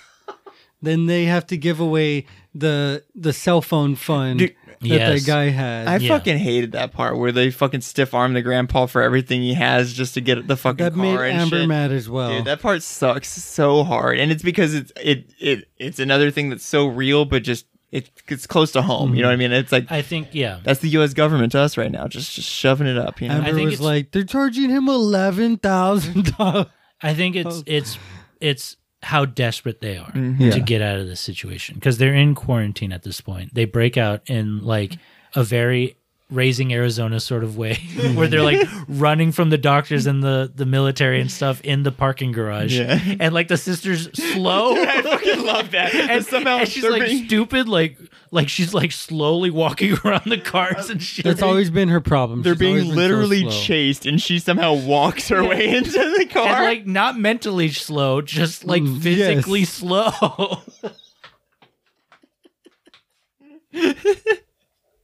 S7: then they have to give away the the cell phone fund
S1: Dude.
S7: that
S2: Yes.
S7: the guy had.
S1: I
S2: Yeah.
S1: fucking hated that part where they fucking stiff arm the grandpa for everything he has just to get the fucking
S7: that
S1: car
S7: made
S1: and
S7: Amber
S1: shit.
S7: mad as well.
S1: Dude, that part sucks so hard, and it's because it's it it it's another thing that's so real, but just it, it's close to home. You know what I mean? It's like
S2: I think, yeah.
S1: that's the U.S. government to us right now, just just shoving it up. You know?
S2: I
S7: Amber
S2: think
S7: was
S2: it's-
S7: like, they're charging him eleven thousand dollars.
S2: I think it's
S7: Oh.
S2: it's it's how desperate they are
S1: Mm-hmm.
S7: Yeah.
S2: to get out of this situation because they're in quarantine at this point. They break out in like a very raising Arizona sort of way where they're like running from the doctors and the the military and stuff in the parking garage
S1: Yeah.
S2: and like the sisters slow
S1: I fucking love that.
S2: and somehow she's
S1: they're
S2: like
S1: being-
S2: stupid like like she's like slowly walking around the cars and shit
S7: That's always been her problem.
S1: they're
S7: She's always
S1: being
S7: been so
S1: literally
S7: slow.
S1: chased, and she somehow walks her way into the car.
S2: and like not mentally slow just like
S7: Mm,
S2: physically
S7: yes.
S2: slow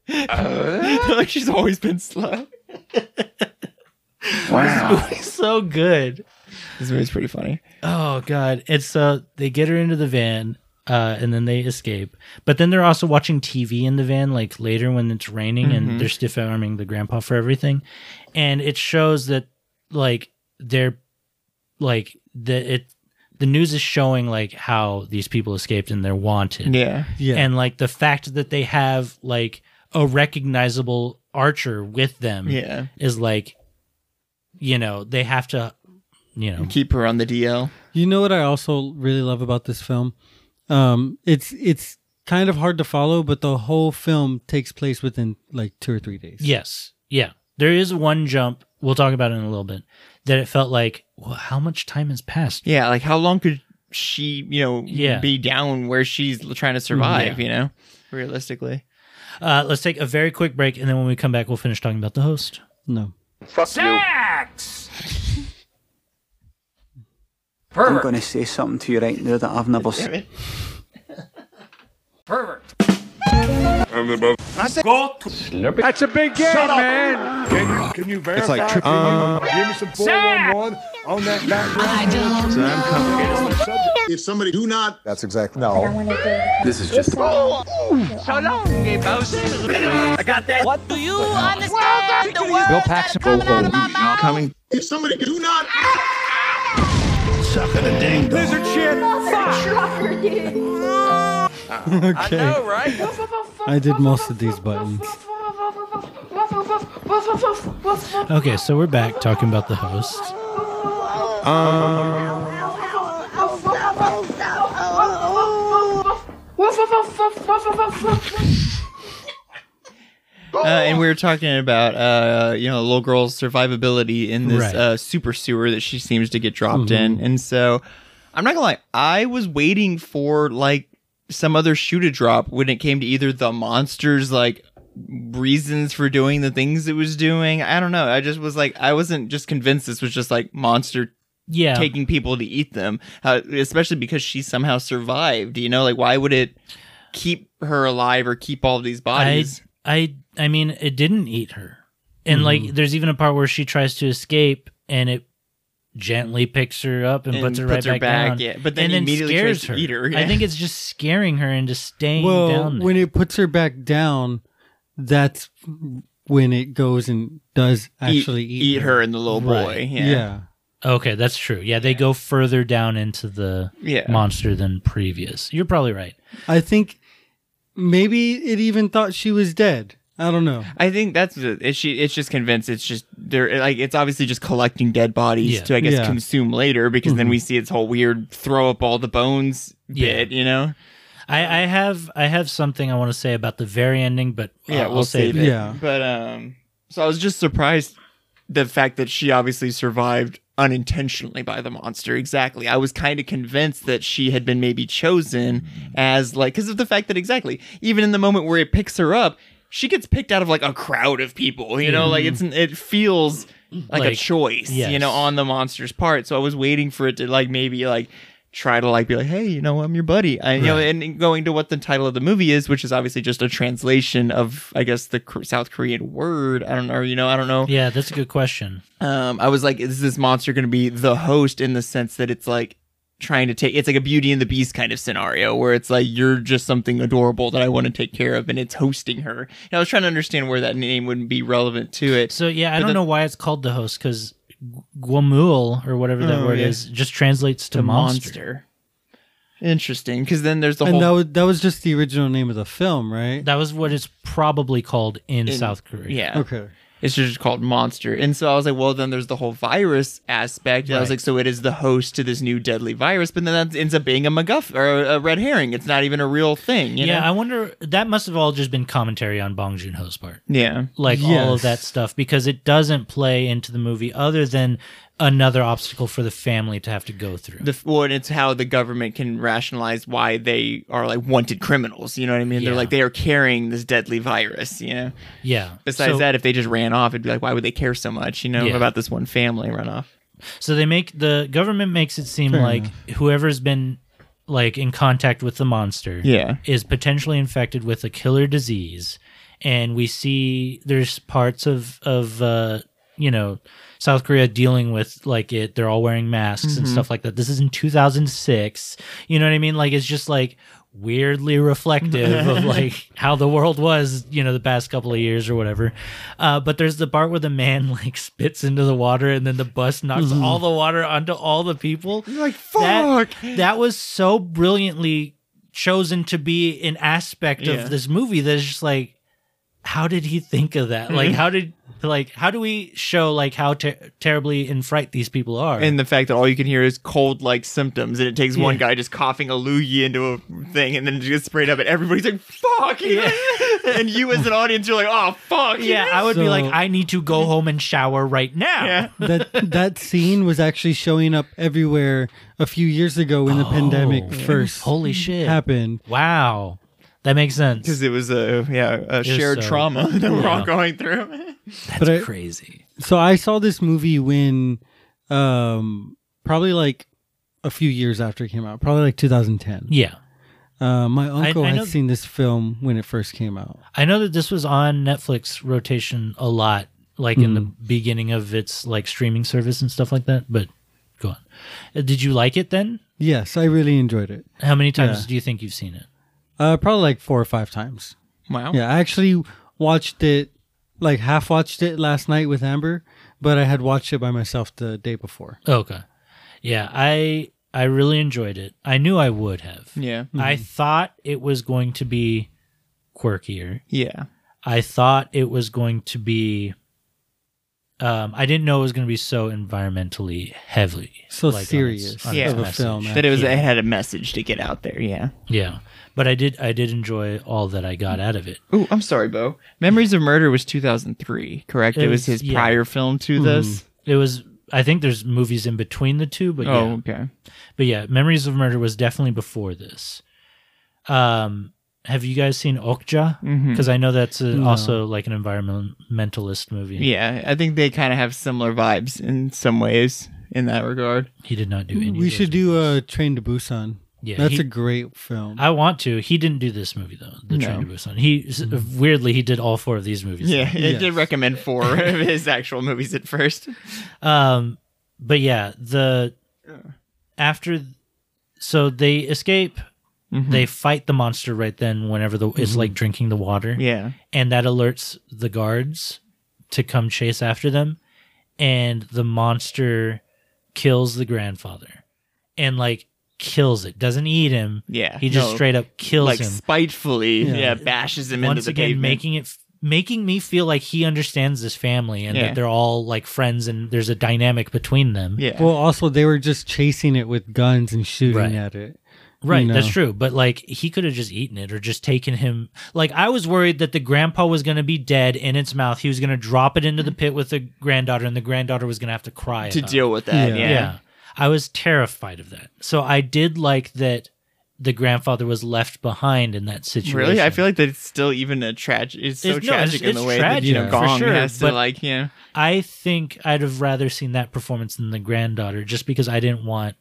S1: like she's always been slow.
S2: so good
S1: This movie's pretty funny.
S2: Oh god, it's uh they get her into the van uh and then they escape. But then they're also watching TV in the van like later when it's raining
S1: Mm-hmm.
S2: and they're stiff arming the grandpa for everything. And it shows that like they're like the it the news is showing like how these people escaped and they're wanted.
S1: Yeah.
S7: Yeah.
S2: And like the fact that they have like a recognizable archer with them
S1: Yeah.
S2: is like you know, they have to you know
S1: Keep her on the DL.
S7: You know what I also really love about this film? Um, it's it's kind of hard to follow, but the whole film takes place within like two or three days.
S2: Yes. Yeah. There is one jump. We'll talk about it in a little bit. That it felt like, well, how much time has passed?
S1: Yeah, like how long could she, you know,
S2: Yeah.
S1: be down where she's l- trying to survive,
S2: Yeah.
S1: you know? Realistically.
S2: Uh, let's take a very quick break, and then when we come back, we'll finish talking about the host.
S7: No.
S3: Fuck you.
S11: I'm going to say something to you right now that I've never said.
S12: That's a big game, man.
S4: Can you verify? It's like give me some 411 on that background.
S6: If somebody do not,
S13: That's exactly no. This is just
S8: So long, gay I got that. What do you understand? The words
S13: Bill Paxton. Go home. Coming.
S6: if somebody do not,
S4: Sucking a ding dong.
S12: Lizard shit.
S7: okay. I
S8: know, right?
S7: did most of these buttons.
S2: Okay, so we're back talking about the host.
S1: Uh, and
S2: Oh.
S1: we were talking about, uh, you know, little girl's survivability in this
S2: Right. Mm-hmm.
S1: uh, super sewer that she seems to get dropped in. And so I'm not going to lie, I was waiting for like some other shoe to drop when it came to either the monsters, like, reasons for doing the things it was doing. I don't know. I just was like, I wasn't just convinced this was just like monster
S2: Yeah.
S1: taking people to eat them, how, especially because she somehow survived. You know, like why would it keep her alive or keep all of these
S2: I,
S1: bodies?
S2: I, I mean, it didn't eat her. And
S1: Mm-hmm.
S2: like, there's even a part where she tries to escape, and it gently picks her up and,
S1: And
S2: puts her
S1: puts
S2: right
S1: her
S2: back,
S1: back,
S2: down.
S1: yeah, but then
S2: and
S1: immediately
S2: scares
S1: tries
S2: her.
S1: to eat her,
S2: I
S1: yeah.
S2: think it's just scaring her into staying
S7: Well,
S2: down. There.
S7: when it puts her back down, that's when it goes and does actually eat,
S1: eat her and the little boy.
S2: Right.
S1: Yeah.
S7: Yeah.
S2: Okay, that's true. Yeah, they go further down into the
S1: Yeah.
S2: monster than previous. You're probably right.
S7: I think maybe it even thought she was dead. I don't know.
S1: I think that's the- it, she. It's just convinced. It's just they're like it's obviously just collecting dead bodies
S2: Yeah. Mm-hmm.
S1: to I guess
S7: Yeah.
S1: consume later because then we see its whole weird throw up all the bones
S2: Yeah.
S1: bit. You know,
S2: I, I have I have something I want to say about the very ending, but uh,
S1: yeah,
S2: I'll
S1: we'll, save, it.
S7: Yeah.
S1: But um, so I was just surprised the fact that she obviously survived unintentionally by the monster. Exactly. I was kind of convinced that she had been maybe chosen as like because of the fact that exactly even in the moment where it picks her up, she gets picked out of like a crowd of people. You know, like it's it feels like, a
S2: Mm-hmm. Like,
S1: choice. You
S2: yes.
S1: know, on the monster's part. So I was waiting for it to like maybe like try to like be like, hey, you know, I'm your buddy. I, you know,
S2: Right.
S1: and going to what the title of the movie is, which is obviously just a translation of, I guess, the K- South Korean word. I don't know, or, you know, I don't know.
S2: Yeah, that's a good question.
S1: Um, I was like, is this monster going to be the host in the sense that it's like trying to take, it's like a Beauty and the Beast kind of scenario where it's like, you're just something adorable that I want to take care of and it's hosting her. And I was trying to understand where that name wouldn't be relevant to it.
S2: So, yeah, I
S1: But
S2: don't
S1: the-
S2: know why it's called the host because Guamul or whatever that
S1: Oh,
S2: word
S1: yeah.
S2: is just translates to
S1: The
S2: monster.
S1: Interesting, because then there's the
S7: and
S1: whole
S7: that was that was just the original name of the film, right?
S2: That was what it's probably called in, South Korea.
S1: Yeah.
S7: Okay.
S1: It's just called Monster. And so I was like, well, then there's the whole virus aspect. And I was
S2: Right.
S1: like, so it is the host to this new deadly virus, but then that ends up being a MacGuff or a red herring. It's not even a real thing. You
S2: yeah,
S1: know?
S2: I wonder that must have all just been commentary on Bong Joon Ho's part.
S1: Yeah.
S2: Like all
S1: Yes.
S2: of that stuff because it doesn't play into the movie other than another obstacle for the family to have to go through.
S1: the well, and it's how the government can rationalize why they are like wanted criminals. You know what I mean? They're
S2: Yeah.
S1: like they are carrying this deadly virus. You know.
S2: Yeah.
S1: Besides
S2: So-
S1: that, if they just ran off, it'd be like, why would they care so much? You know,
S2: Yeah.
S1: about this one family run off.
S2: So they make the government makes it seem
S1: Fair
S2: like whoever's been like in contact with the monster
S1: Yeah.
S2: is potentially infected with a killer disease and we see there's parts of of uh you know South Korea dealing with like it they're all wearing masks and
S14: Mhm.
S2: stuff like that. This is in 2006. You know what I mean? Like it's just like weirdly reflective of like how the world was, you know, the past couple of years or whatever. Uh, but there's the part where the man like spits into the water and then the bus knocks
S14: Mhm.
S2: all the water onto all the people. like, fuck. That, that was so brilliantly chosen to be an aspect
S14: Yeah.
S2: of this movie that is just like, how did he think of that? Like, how did. Like, how do we show like how ter- terribly in fright these people are?
S1: And the fact that all you can hear is cold like symptoms, and it takes one
S2: Yeah.
S1: guy just coughing a loogie into a thing and then it gets sprayed up, and everybody's like, fuck! and you as an audience, you're like, oh, fuck!
S2: yeah, I would be like,
S7: So-
S2: I need to go home and shower right now. Oh.
S7: that that scene was actually showing up everywhere a few years ago when the pandemic first
S2: Oh. holy shit
S7: happened.
S2: Wow, that makes sense
S1: because it was a yeah a
S7: was
S1: shared
S7: so-
S1: trauma that we're all
S7: Yeah.
S1: going through.
S7: That's
S2: crazy.
S7: So I saw this movie when, um, probably like a few years after it came out, probably like 2010.
S2: Yeah.
S7: Uh, my uncle
S2: I know-
S7: had seen this film when it first came out.
S2: I know that this was on Netflix rotation a lot, like in the
S7: Hmm.
S2: beginning of its like streaming service and stuff like that. But go on. Uh, Did you like it then?
S7: Yes, I really enjoyed it.
S2: How many times
S7: Yeah.
S2: do you think you've seen it?
S7: Uh, probably like four or five times.
S1: Wow.
S7: Yeah, I actually watched it, like half watched it last night with Amber, but I had watched it by myself the day before.
S2: Okay. Yeah, I I really enjoyed it. I knew I would have.
S1: Yeah.
S2: I
S7: Hmm.
S1: Mhm.
S2: thought it was going to be quirkier.
S1: Yeah.
S2: I thought it was going to be um I didn't know it was going to be so environmentally heavily.
S7: So
S2: like, on its-
S7: serious
S2: on
S1: yeah,
S2: its message.
S1: that it was
S2: Yeah.
S1: it had a message to get out there. Yeah.
S2: Yeah, but I did I did enjoy all that I got out of it.
S1: Ooh, I'm sorry, Bo. Memories of Murder was 2003, correct? It, was, Mm-hmm. his
S2: yeah.
S1: prior film to this.
S2: It was I think there's movies in between the two, but yeah.
S1: Oh, okay.
S2: But yeah, Memories of Murder was definitely before this. Um have you guys seen Okja?
S1: Mhm.
S2: Because I know that's a,
S1: No.
S2: also like an environmentalist movie.
S1: Yeah, I think they kind of have similar vibes in some ways in that regard.
S2: He did not do any.
S7: We should do a Train to Busan.
S2: Yeah,
S7: that's
S2: he-
S7: a great film.
S2: I want to. He didn't do this movie though. The
S1: No. Mm-hmm.
S2: Train to Busan. He weirdly he did all four of these movies.
S1: Yeah, it did recommend four of his actual movies at first.
S2: Um, but yeah, the after, so they escape.
S1: Mhm.
S2: They fight the monster right then. Whenever the it's
S1: Mhm.
S2: like drinking the water.
S1: Yeah.
S2: and that alerts the guards to come chase after them, and the monster kills the grandfather, and like kills it. Doesn't eat him.
S1: Yeah,
S2: he just
S1: no.
S2: straight up kills
S1: like
S2: him
S1: spitefully. Yeah. bashes him
S2: once
S1: into the
S2: again,
S1: pavement.
S2: making it making me feel like he understands this family and
S1: Yeah.
S2: that they're all like friends and there's a dynamic between them.
S7: Well, also they were just chasing it with guns and shooting
S2: Right.
S7: at it. you
S2: Right, that's
S7: know?
S2: true. But like he could have just eaten it or just taken him. Like I was worried that the grandpa was going to be dead in its mouth. He was going to drop it into the pit with the granddaughter and the granddaughter was going to have to cry
S1: To
S2: about
S1: deal
S2: it.
S1: with that, Yeah. yeah.
S2: I was terrified of that. So I did like that the grandfather was left behind in that situation.
S1: Really, I feel like that it's still even a tragic. It's so
S2: It's- no,
S1: tragic
S2: it's-
S1: in
S2: it's
S1: the way that you know
S2: tragic, for
S1: Gong
S2: sure,
S1: has to
S2: but-
S1: like yeah.
S2: I think I'd have rather seen that performance than the granddaughter, just because I didn't want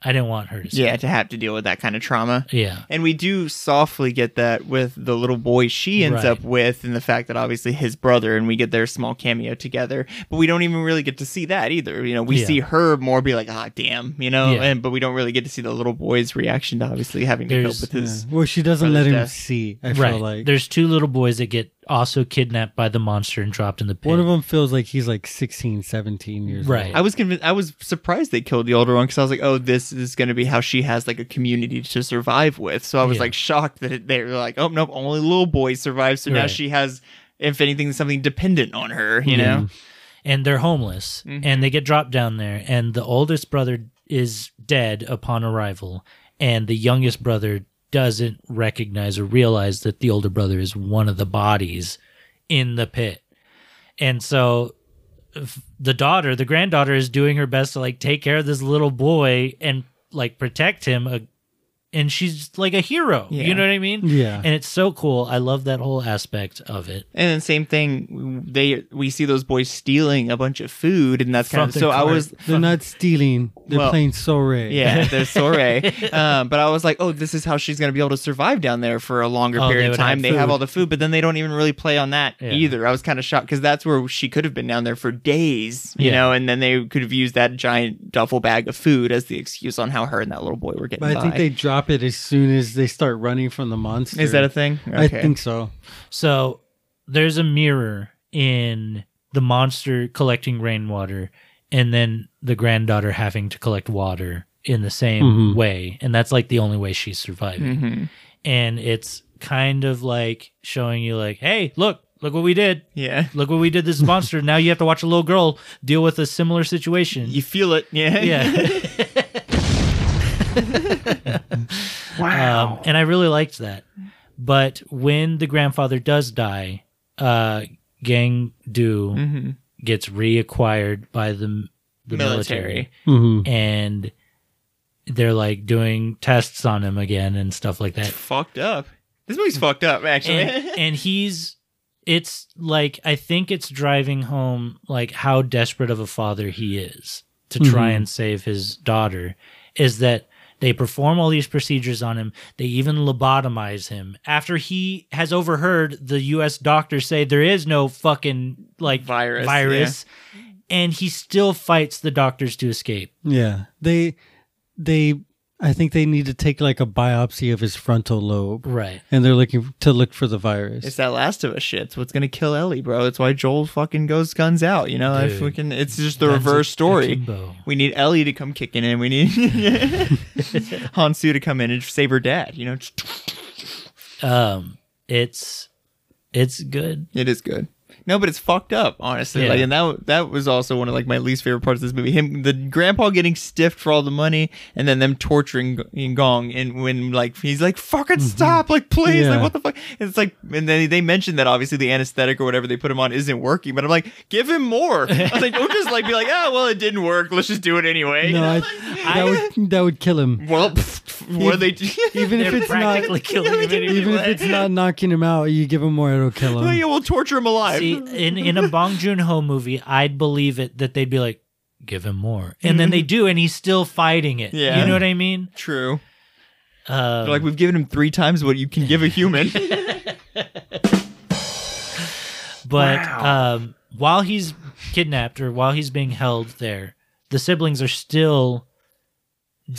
S2: I didn't want her to.
S1: yeah to have to deal with that kind of trauma
S2: Yeah.
S1: and we do softly get that with the little boy she ends
S2: Right.
S1: up with and the fact that obviously his brother and we get their small cameo together but we don't even really get to see that either you know we
S2: Yeah.
S1: see her more be like ah damn you know
S2: Yeah.
S1: and but we don't really get to see the little boy's reaction to obviously having to
S2: There's-
S1: cope with his
S7: Well, she doesn't let
S1: brother's
S7: him
S1: death.
S7: see. I
S2: right.
S7: feel like
S2: There's two little boys that get also kidnapped by the monster and dropped in the pit.
S7: one of them feels like he's like 16, 17 years old.
S1: I was convinced. I was surprised they killed the older one because I was like, "Oh, this is going to be how she has like a community to survive with." So I was
S2: Yeah.
S1: like shocked that it, they were like, "Oh nope, only little boy survives." So now
S2: Right.
S1: she has, if anything, something dependent on her. You
S2: Yeah.
S1: know,
S2: and they're homeless
S1: Mm-hmm.
S2: and they get dropped down there and the oldest brother is dead upon arrival and the youngest brother doesn't recognize or realize that the older brother is one of the bodies in the pit and so f- the daughter the granddaughter is doing her best to like take care of this little boy and like protect him uh, and she's like a hero
S1: Yeah.
S2: you know what i mean
S1: Yeah.
S2: and it's so cool i love that whole aspect of it
S1: And then same thing, they we see those boys stealing a bunch of food, and that's kind
S7: From
S1: of so.
S7: the
S1: I
S7: cart.
S1: was
S7: They're not stealing. They're
S1: Well,
S7: playing Sorare.
S1: Yeah, they're soiree. um, but I was like, oh, this is how she's going to be able to survive down there for a longer
S2: Oh, they
S1: period of
S2: would
S1: time.
S2: have
S1: they have
S2: food.
S1: all the food, but then they don't even really play on that
S2: Yeah.
S1: either. I was kind of shocked because that's where she could have been down there for days, you
S2: Yeah.
S1: know, and then they could have used that giant duffel bag of food as the excuse on how her and that little boy were getting
S7: But I think
S1: by.
S7: they drop it as soon as they start running from the monster.
S1: Is that a thing?
S7: I
S1: Okay.
S7: think so.
S2: So there's a mirror in the monster collecting rainwater and then the granddaughter having to collect water in the same
S7: Mhm.
S2: way. And that's like the only way she's surviving.
S1: Mhm.
S2: And it's kind of like showing you like, hey, look, look what we did.
S1: Yeah.
S2: Look what we did to this monster. now you have to watch a little girl deal with a similar situation.
S1: You feel it. Yeah.
S2: Yeah.
S8: Wow.
S2: Um, and I really liked that. But when the grandfather does die, uh, Gang Du
S1: Mhm.
S2: gets reacquired by the the military,
S1: Military.
S7: Mm-hmm.
S2: and they're like doing tests on him again and stuff like that.
S1: fucked up. This movie's fucked up, actually.
S2: And, and he's, it's like I think it's driving home like how desperate of a father he is to try
S1: Mm-hmm.
S7: Mhm.
S2: and save his daughter. Is that they perform all these procedures on him. They even lobotomize him after he has overheard the U.S. doctors say there is no fucking like
S1: Virus,
S2: virus, and he still fights the doctors to escape.
S7: Yeah. They they I think they need to take like a biopsy of his frontal lobe.
S2: Right.
S7: And they're looking to look for the virus.
S1: It's that Last of Us shit. It's what's gonna kill Ellie, bro. That's why Joel fucking goes guns out. You know, I
S2: Dude.
S1: fucking. It's just the
S2: Guns
S1: reverse
S2: a-
S1: story.
S2: akimbo.
S1: We need Ellie to come kicking in. We need Hansu to come in and save her dad. You know,
S2: Um, it's it's good.
S1: it is good. No, but it's fucked up, honestly.
S2: Yeah.
S1: Like, and that that was also one of like my least favorite parts of this movie. Him, the grandpa getting stiffed for all the money, and then them torturing G- Gong. And when like he's like, "Fucking stop!" Like, please,
S7: Mm-hmm. Yeah.
S1: like, what the fuck? And it's like, and then they mentioned that obviously the anesthetic or whatever they put him on isn't working. But I'm like, give him more. I was like, don't just like be like, "Oh, well, it didn't work. Let's just do it anyway."
S7: no, I, that would that would kill him.
S1: Well, what do they do?
S7: Even if it's not even if it's not knocking him out, you give him more, it'll kill him.
S1: we'll torture him alive.
S2: See, in in a Bong Joon Ho movie, I'd believe it that they'd be like, give him more, and
S7: Mm-hmm.
S2: then they do, and he's still fighting it.
S1: Yeah.
S2: you know what I mean?
S1: True.
S2: Uh,
S7: um,
S1: They're like we've given him three times what you can give a human.
S2: but um, while he's kidnapped or while he's being held there, the siblings are still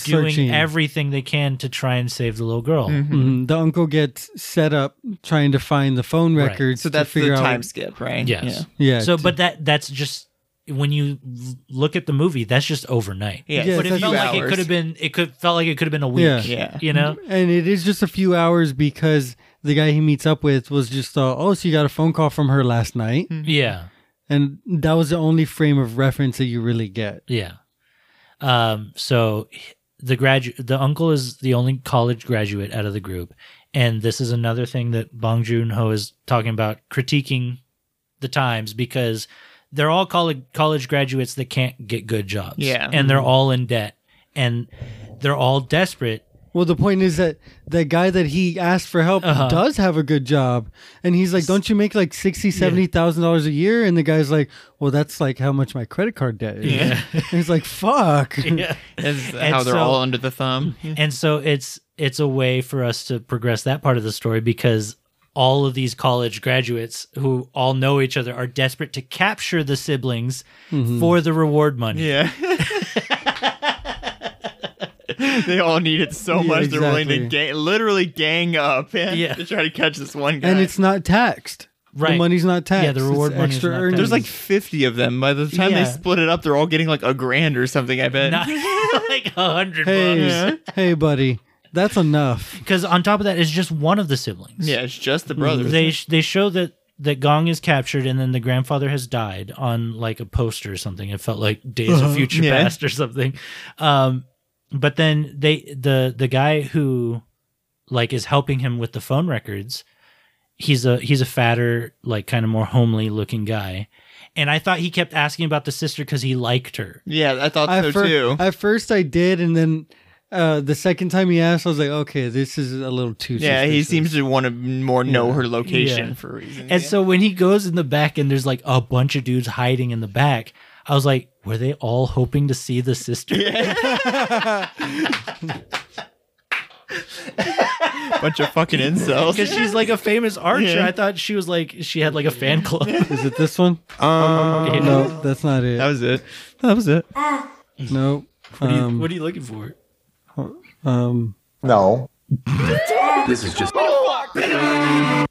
S2: doing
S7: Searching.
S2: everything they can to try and save the little girl.
S7: Mhm. The uncle gets set up trying to find the phone
S2: Right.
S7: records.
S2: So
S7: to
S1: that's the
S7: figure out-
S1: time skip, right?
S2: Yes.
S7: Yeah. Yeah,
S2: So,
S7: to-
S2: but that that's just when you l- look at the movie, that's just overnight.
S1: Yeah,
S7: Yeah,
S2: but
S7: it's
S2: it
S7: a
S2: felt
S7: few
S2: like it
S7: hours.
S2: could have been. It could felt like it could have been a week.
S7: Yeah.
S2: You know.
S7: And it is just a few hours because the guy he meets up with was just, uh, oh, so you got a phone call from her last night.
S2: Yeah.
S7: And that was the only frame of reference that you really get.
S2: Yeah. Um, so h- the gradu- the uncle is the only college graduate out of the group, and this is another thing that Bong Joon Ho is talking about critiquing the times because they're all college college graduates that can't get good jobs.
S1: Yeah.
S2: and they're all in debt, and they're all desperate,
S7: Well, the point is that the guy that he asked for help
S2: Uh-huh.
S7: does have a good job, and he's like, "Don't you make like sixty, seventy thousand dollars a year?" And the guy's like, "Well, that's like how much my credit card debt is."
S2: Yeah.
S7: And he's like, "Fuck."
S1: Is
S2: And
S1: how they're
S2: so-
S1: all under the thumb.
S2: And so it's it's a way for us to progress that part of the story because all of these college graduates who all know each other are desperate to capture the siblings
S1: Mhm.
S2: for the reward money.
S1: Yeah. they all need it so
S7: Yeah,
S1: much they're willing to
S7: exactly.
S1: ga- literally gang up
S2: Yeah.
S1: to try to catch this one guy.
S7: And it's not taxed. The
S1: Right.
S7: money's not taxed.
S2: Yeah, the reward
S7: it's
S2: money's
S7: extra
S2: not
S7: earnings.
S1: There's like 50 of them. By the time
S7: Yeah.
S1: they split it up, they're all getting like a grand or something, I bet.
S2: Not- like a hundred
S7: hey,
S2: bucks.
S7: hey, buddy, that's enough.
S2: Because on top of that, it's just one of the siblings.
S1: Yeah, it's just the brothers.
S2: They sh- they show that that Gong is captured and then the grandfather has died on like a poster or something. It felt like Days
S1: Uh-huh.
S2: of Future
S1: Yeah.
S2: Past or something. Um, but then they the the guy who like is helping him with the phone records. He's a he's a fatter, like kind of more homely looking guy. And I thought he kept asking about the sister because he liked her.
S1: yeah, I thought so
S7: fir-
S1: too.
S7: At first, I did, and then uh, the second time he asked, I was like, "Okay, this is a little too."
S1: Yeah, he
S7: suspicious."
S1: seems to want to more know her location
S2: Yeah.
S1: for a reason.
S2: And so when he goes in the back and there's like a bunch of dudes hiding in the back, I was like, were they all hoping to see the sister?
S1: Bunch of fucking incels.
S2: Because she's like a famous archer.
S1: Yeah.
S2: I thought she was like she had like a fan club.
S7: Is it this one?
S2: Okay.
S7: no, that's not it. That
S1: was it. That was it.
S7: No.
S2: What, are you,
S7: um,
S2: what are you looking for?
S7: um, no.
S12: This is just.
S7: I'm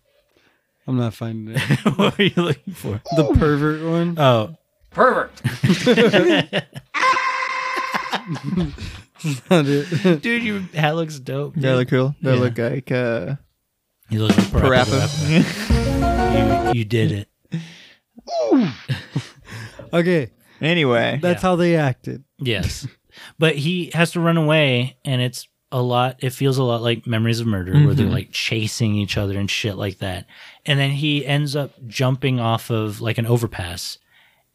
S7: not finding it.
S2: what are you looking for?
S7: The pervert one.
S2: Oh,
S12: Pervert.
S7: That's not it.
S2: Dude, your hat looks dope.
S1: They look cool. They
S2: Yeah.
S1: look like uh
S2: He looks like Parappa the Rapper. you, you did it.
S7: okay.
S1: Anyway.
S7: That's how they acted.
S2: Yes. But he has to run away and it's a lot it feels a lot like Memories of Murder where they're
S1: Mhm.
S2: like chasing each other and shit like that. And then he ends up jumping off of like an overpass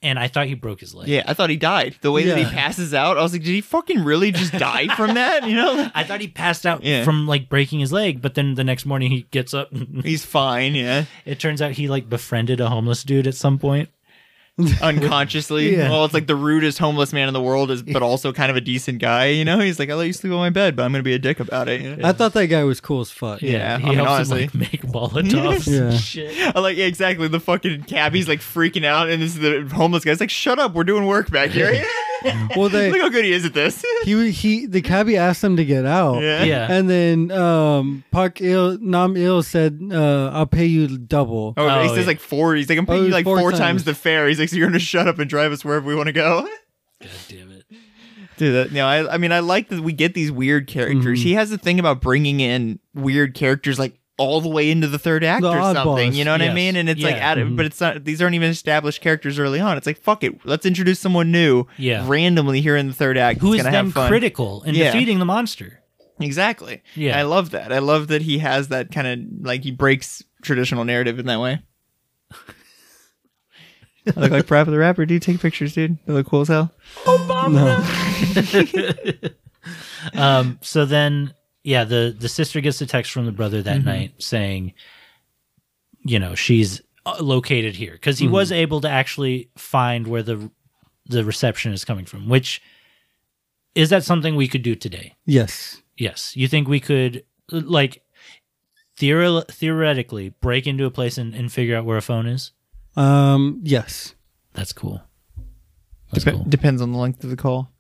S2: and I thought he broke his leg.
S1: Yeah, I thought he died. The way that he
S2: Yeah.
S1: passes out, I was like, did he fucking really just die from that? You know?
S2: I thought he passed out
S1: Yeah.
S2: from like breaking his leg, but then the next morning he gets up.
S1: He's fine, yeah.
S2: It turns out he like befriended a homeless dude at some point.
S1: Unconsciously.
S2: Yeah.
S1: Well, it's like the rudest homeless man in the world is but also kind of a decent guy, you know? He's like, I let you sleep on my bed, but I'm gonna be a dick about it. you know?
S7: I thought that guy was cool as fuck.
S1: Yeah,
S2: he
S1: I mean,
S2: helps him,
S1: honestly.
S2: like, make Molotovs.
S7: Yeah.
S2: and Shit.
S1: I like yeah, exactly. The fucking cabbie's like freaking out, and this is the homeless guy's like, "Shut up, we're doing work back here."
S7: Well, they-
S1: look how good he is at this.
S7: He wa- he the cabbie asked him to get out.
S1: Yeah. Yeah.
S7: And then um Park Il Nam Il said, uh, I'll pay you double.
S1: Oh, he says like four. He's like, "I'm
S7: Oh, it
S1: paying you
S7: was
S1: like
S7: four
S1: four,
S7: times.
S1: times. the fare." He's like, "So you're gonna shut up and drive us wherever we want to go." Dude, that, no, I, I mean, I like that we get these weird characters.
S2: Mm-hmm.
S7: Mhm.
S1: He has the thing about bringing in weird characters, like all the way into the third act
S7: The
S1: or something.
S7: oddballs.
S1: You know what
S7: Yes.
S1: I mean? And it's like,
S7: Yeah.
S1: out
S2: Mm-hmm.
S7: Mhm.
S1: but it's not. These aren't even established characters early on. It's like, fuck it, let's introduce someone new,
S2: Yeah.
S1: randomly here in the third act.
S2: Who
S1: It's
S2: is
S1: gonna have
S2: then
S1: fun.
S2: critical in
S1: Yeah.
S2: defeating the monster?
S1: Exactly.
S2: Yeah.
S1: I love that. I love that he has that kind of like he breaks traditional narrative in that way. I look like Parappa the Rapper, dude. Take pictures, dude. They look cool as hell.
S2: um, so then, yeah, the the sister gets a text from the brother that
S1: Mhm.
S2: night saying, you know, she's uh, located here because he
S1: Mm-hmm.
S2: was able to actually find where the the reception is coming from. Which is that something we could do today?
S7: Yes.
S2: Yes, you think we could like theor- theoretically break into a place and, and figure out where a phone is?
S7: Um yes.
S2: That's cool.
S1: Dep- Depends on the length of the call.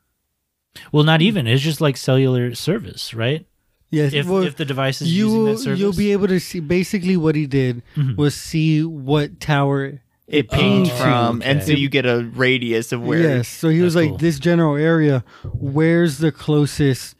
S2: Well, not even. It's just like cellular service, right?
S7: Yes.
S2: If,
S7: well,
S2: if the device is
S7: you
S2: using
S7: will-
S2: that service, Mm-hmm.
S7: you'll be able to see basically what he did was see what tower
S1: It pinged
S7: to.
S1: Um, from, and so
S7: It-
S1: you get a radius of where.
S7: Yes. So he was like, this general area, where's the closest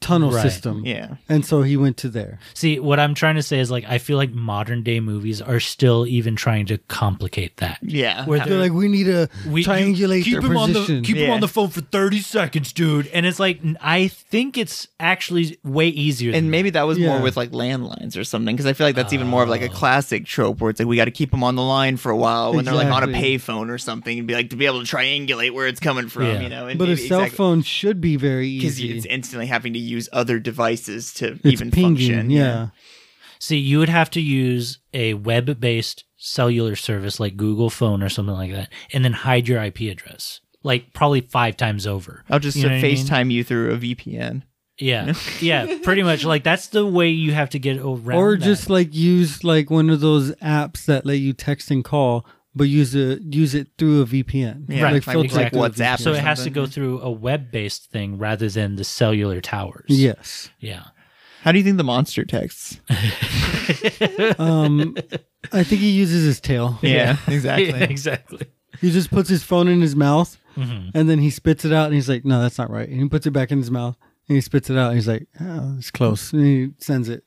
S7: tunnel
S2: Right.
S7: system?
S1: Yeah.
S7: And so he went to there.
S2: See, what I'm trying to say is like I feel like modern day movies are still even trying to complicate that.
S1: Yeah.
S2: Where
S7: they're,
S2: they're-
S7: like, we need to
S2: We-
S7: triangulate
S2: you keep
S7: their
S2: him on the-
S7: position.
S2: keep him on the phone for 30 seconds, dude. And it's like n- I think it's actually way easier.
S1: And
S2: than
S1: maybe that was more
S2: Yeah.
S1: with like landlines or something, because I feel like that's even more of like a classic trope where it's like we got to keep them on the line for a while when they're like on a
S7: Exactly.
S1: payphone or something, and be like to be able to triangulate where it's coming from, you know. And
S7: but a
S1: maybe-
S7: cell
S1: exactly.
S7: phone should be very
S1: because
S7: easy.
S1: it's instantly having to use other devices to
S7: It's
S1: even
S7: pinging,
S1: function.
S7: yeah.
S2: See, you would have to use a web based cellular service like Google Phone or something like that, and then hide your IP address, like probably five times over.
S1: I'll just
S2: You know what I mean?
S1: FaceTime you through a VPN.
S2: Yeah. yeah. Pretty much. Like, that's the way you have to get around.
S7: or
S2: that.
S7: just like use like one of those apps that let you text and call, but use a use it through a VPN. like, filter through a VPN.
S2: So it has to go through a web based thing rather than the cellular towers.
S7: Yes.
S2: Yeah.
S1: How do you think the monster texts?
S7: um, I think he uses his tail.
S1: Yeah, exactly.
S2: exactly.
S7: He just puts his phone in his mouth,
S1: Mm-hmm.
S2: Mhm.
S7: and then he spits it out, and he's like, "No, that's not right." And he puts it back in his mouth, and he spits it out, and he's like, oh, "It's close." And he sends it.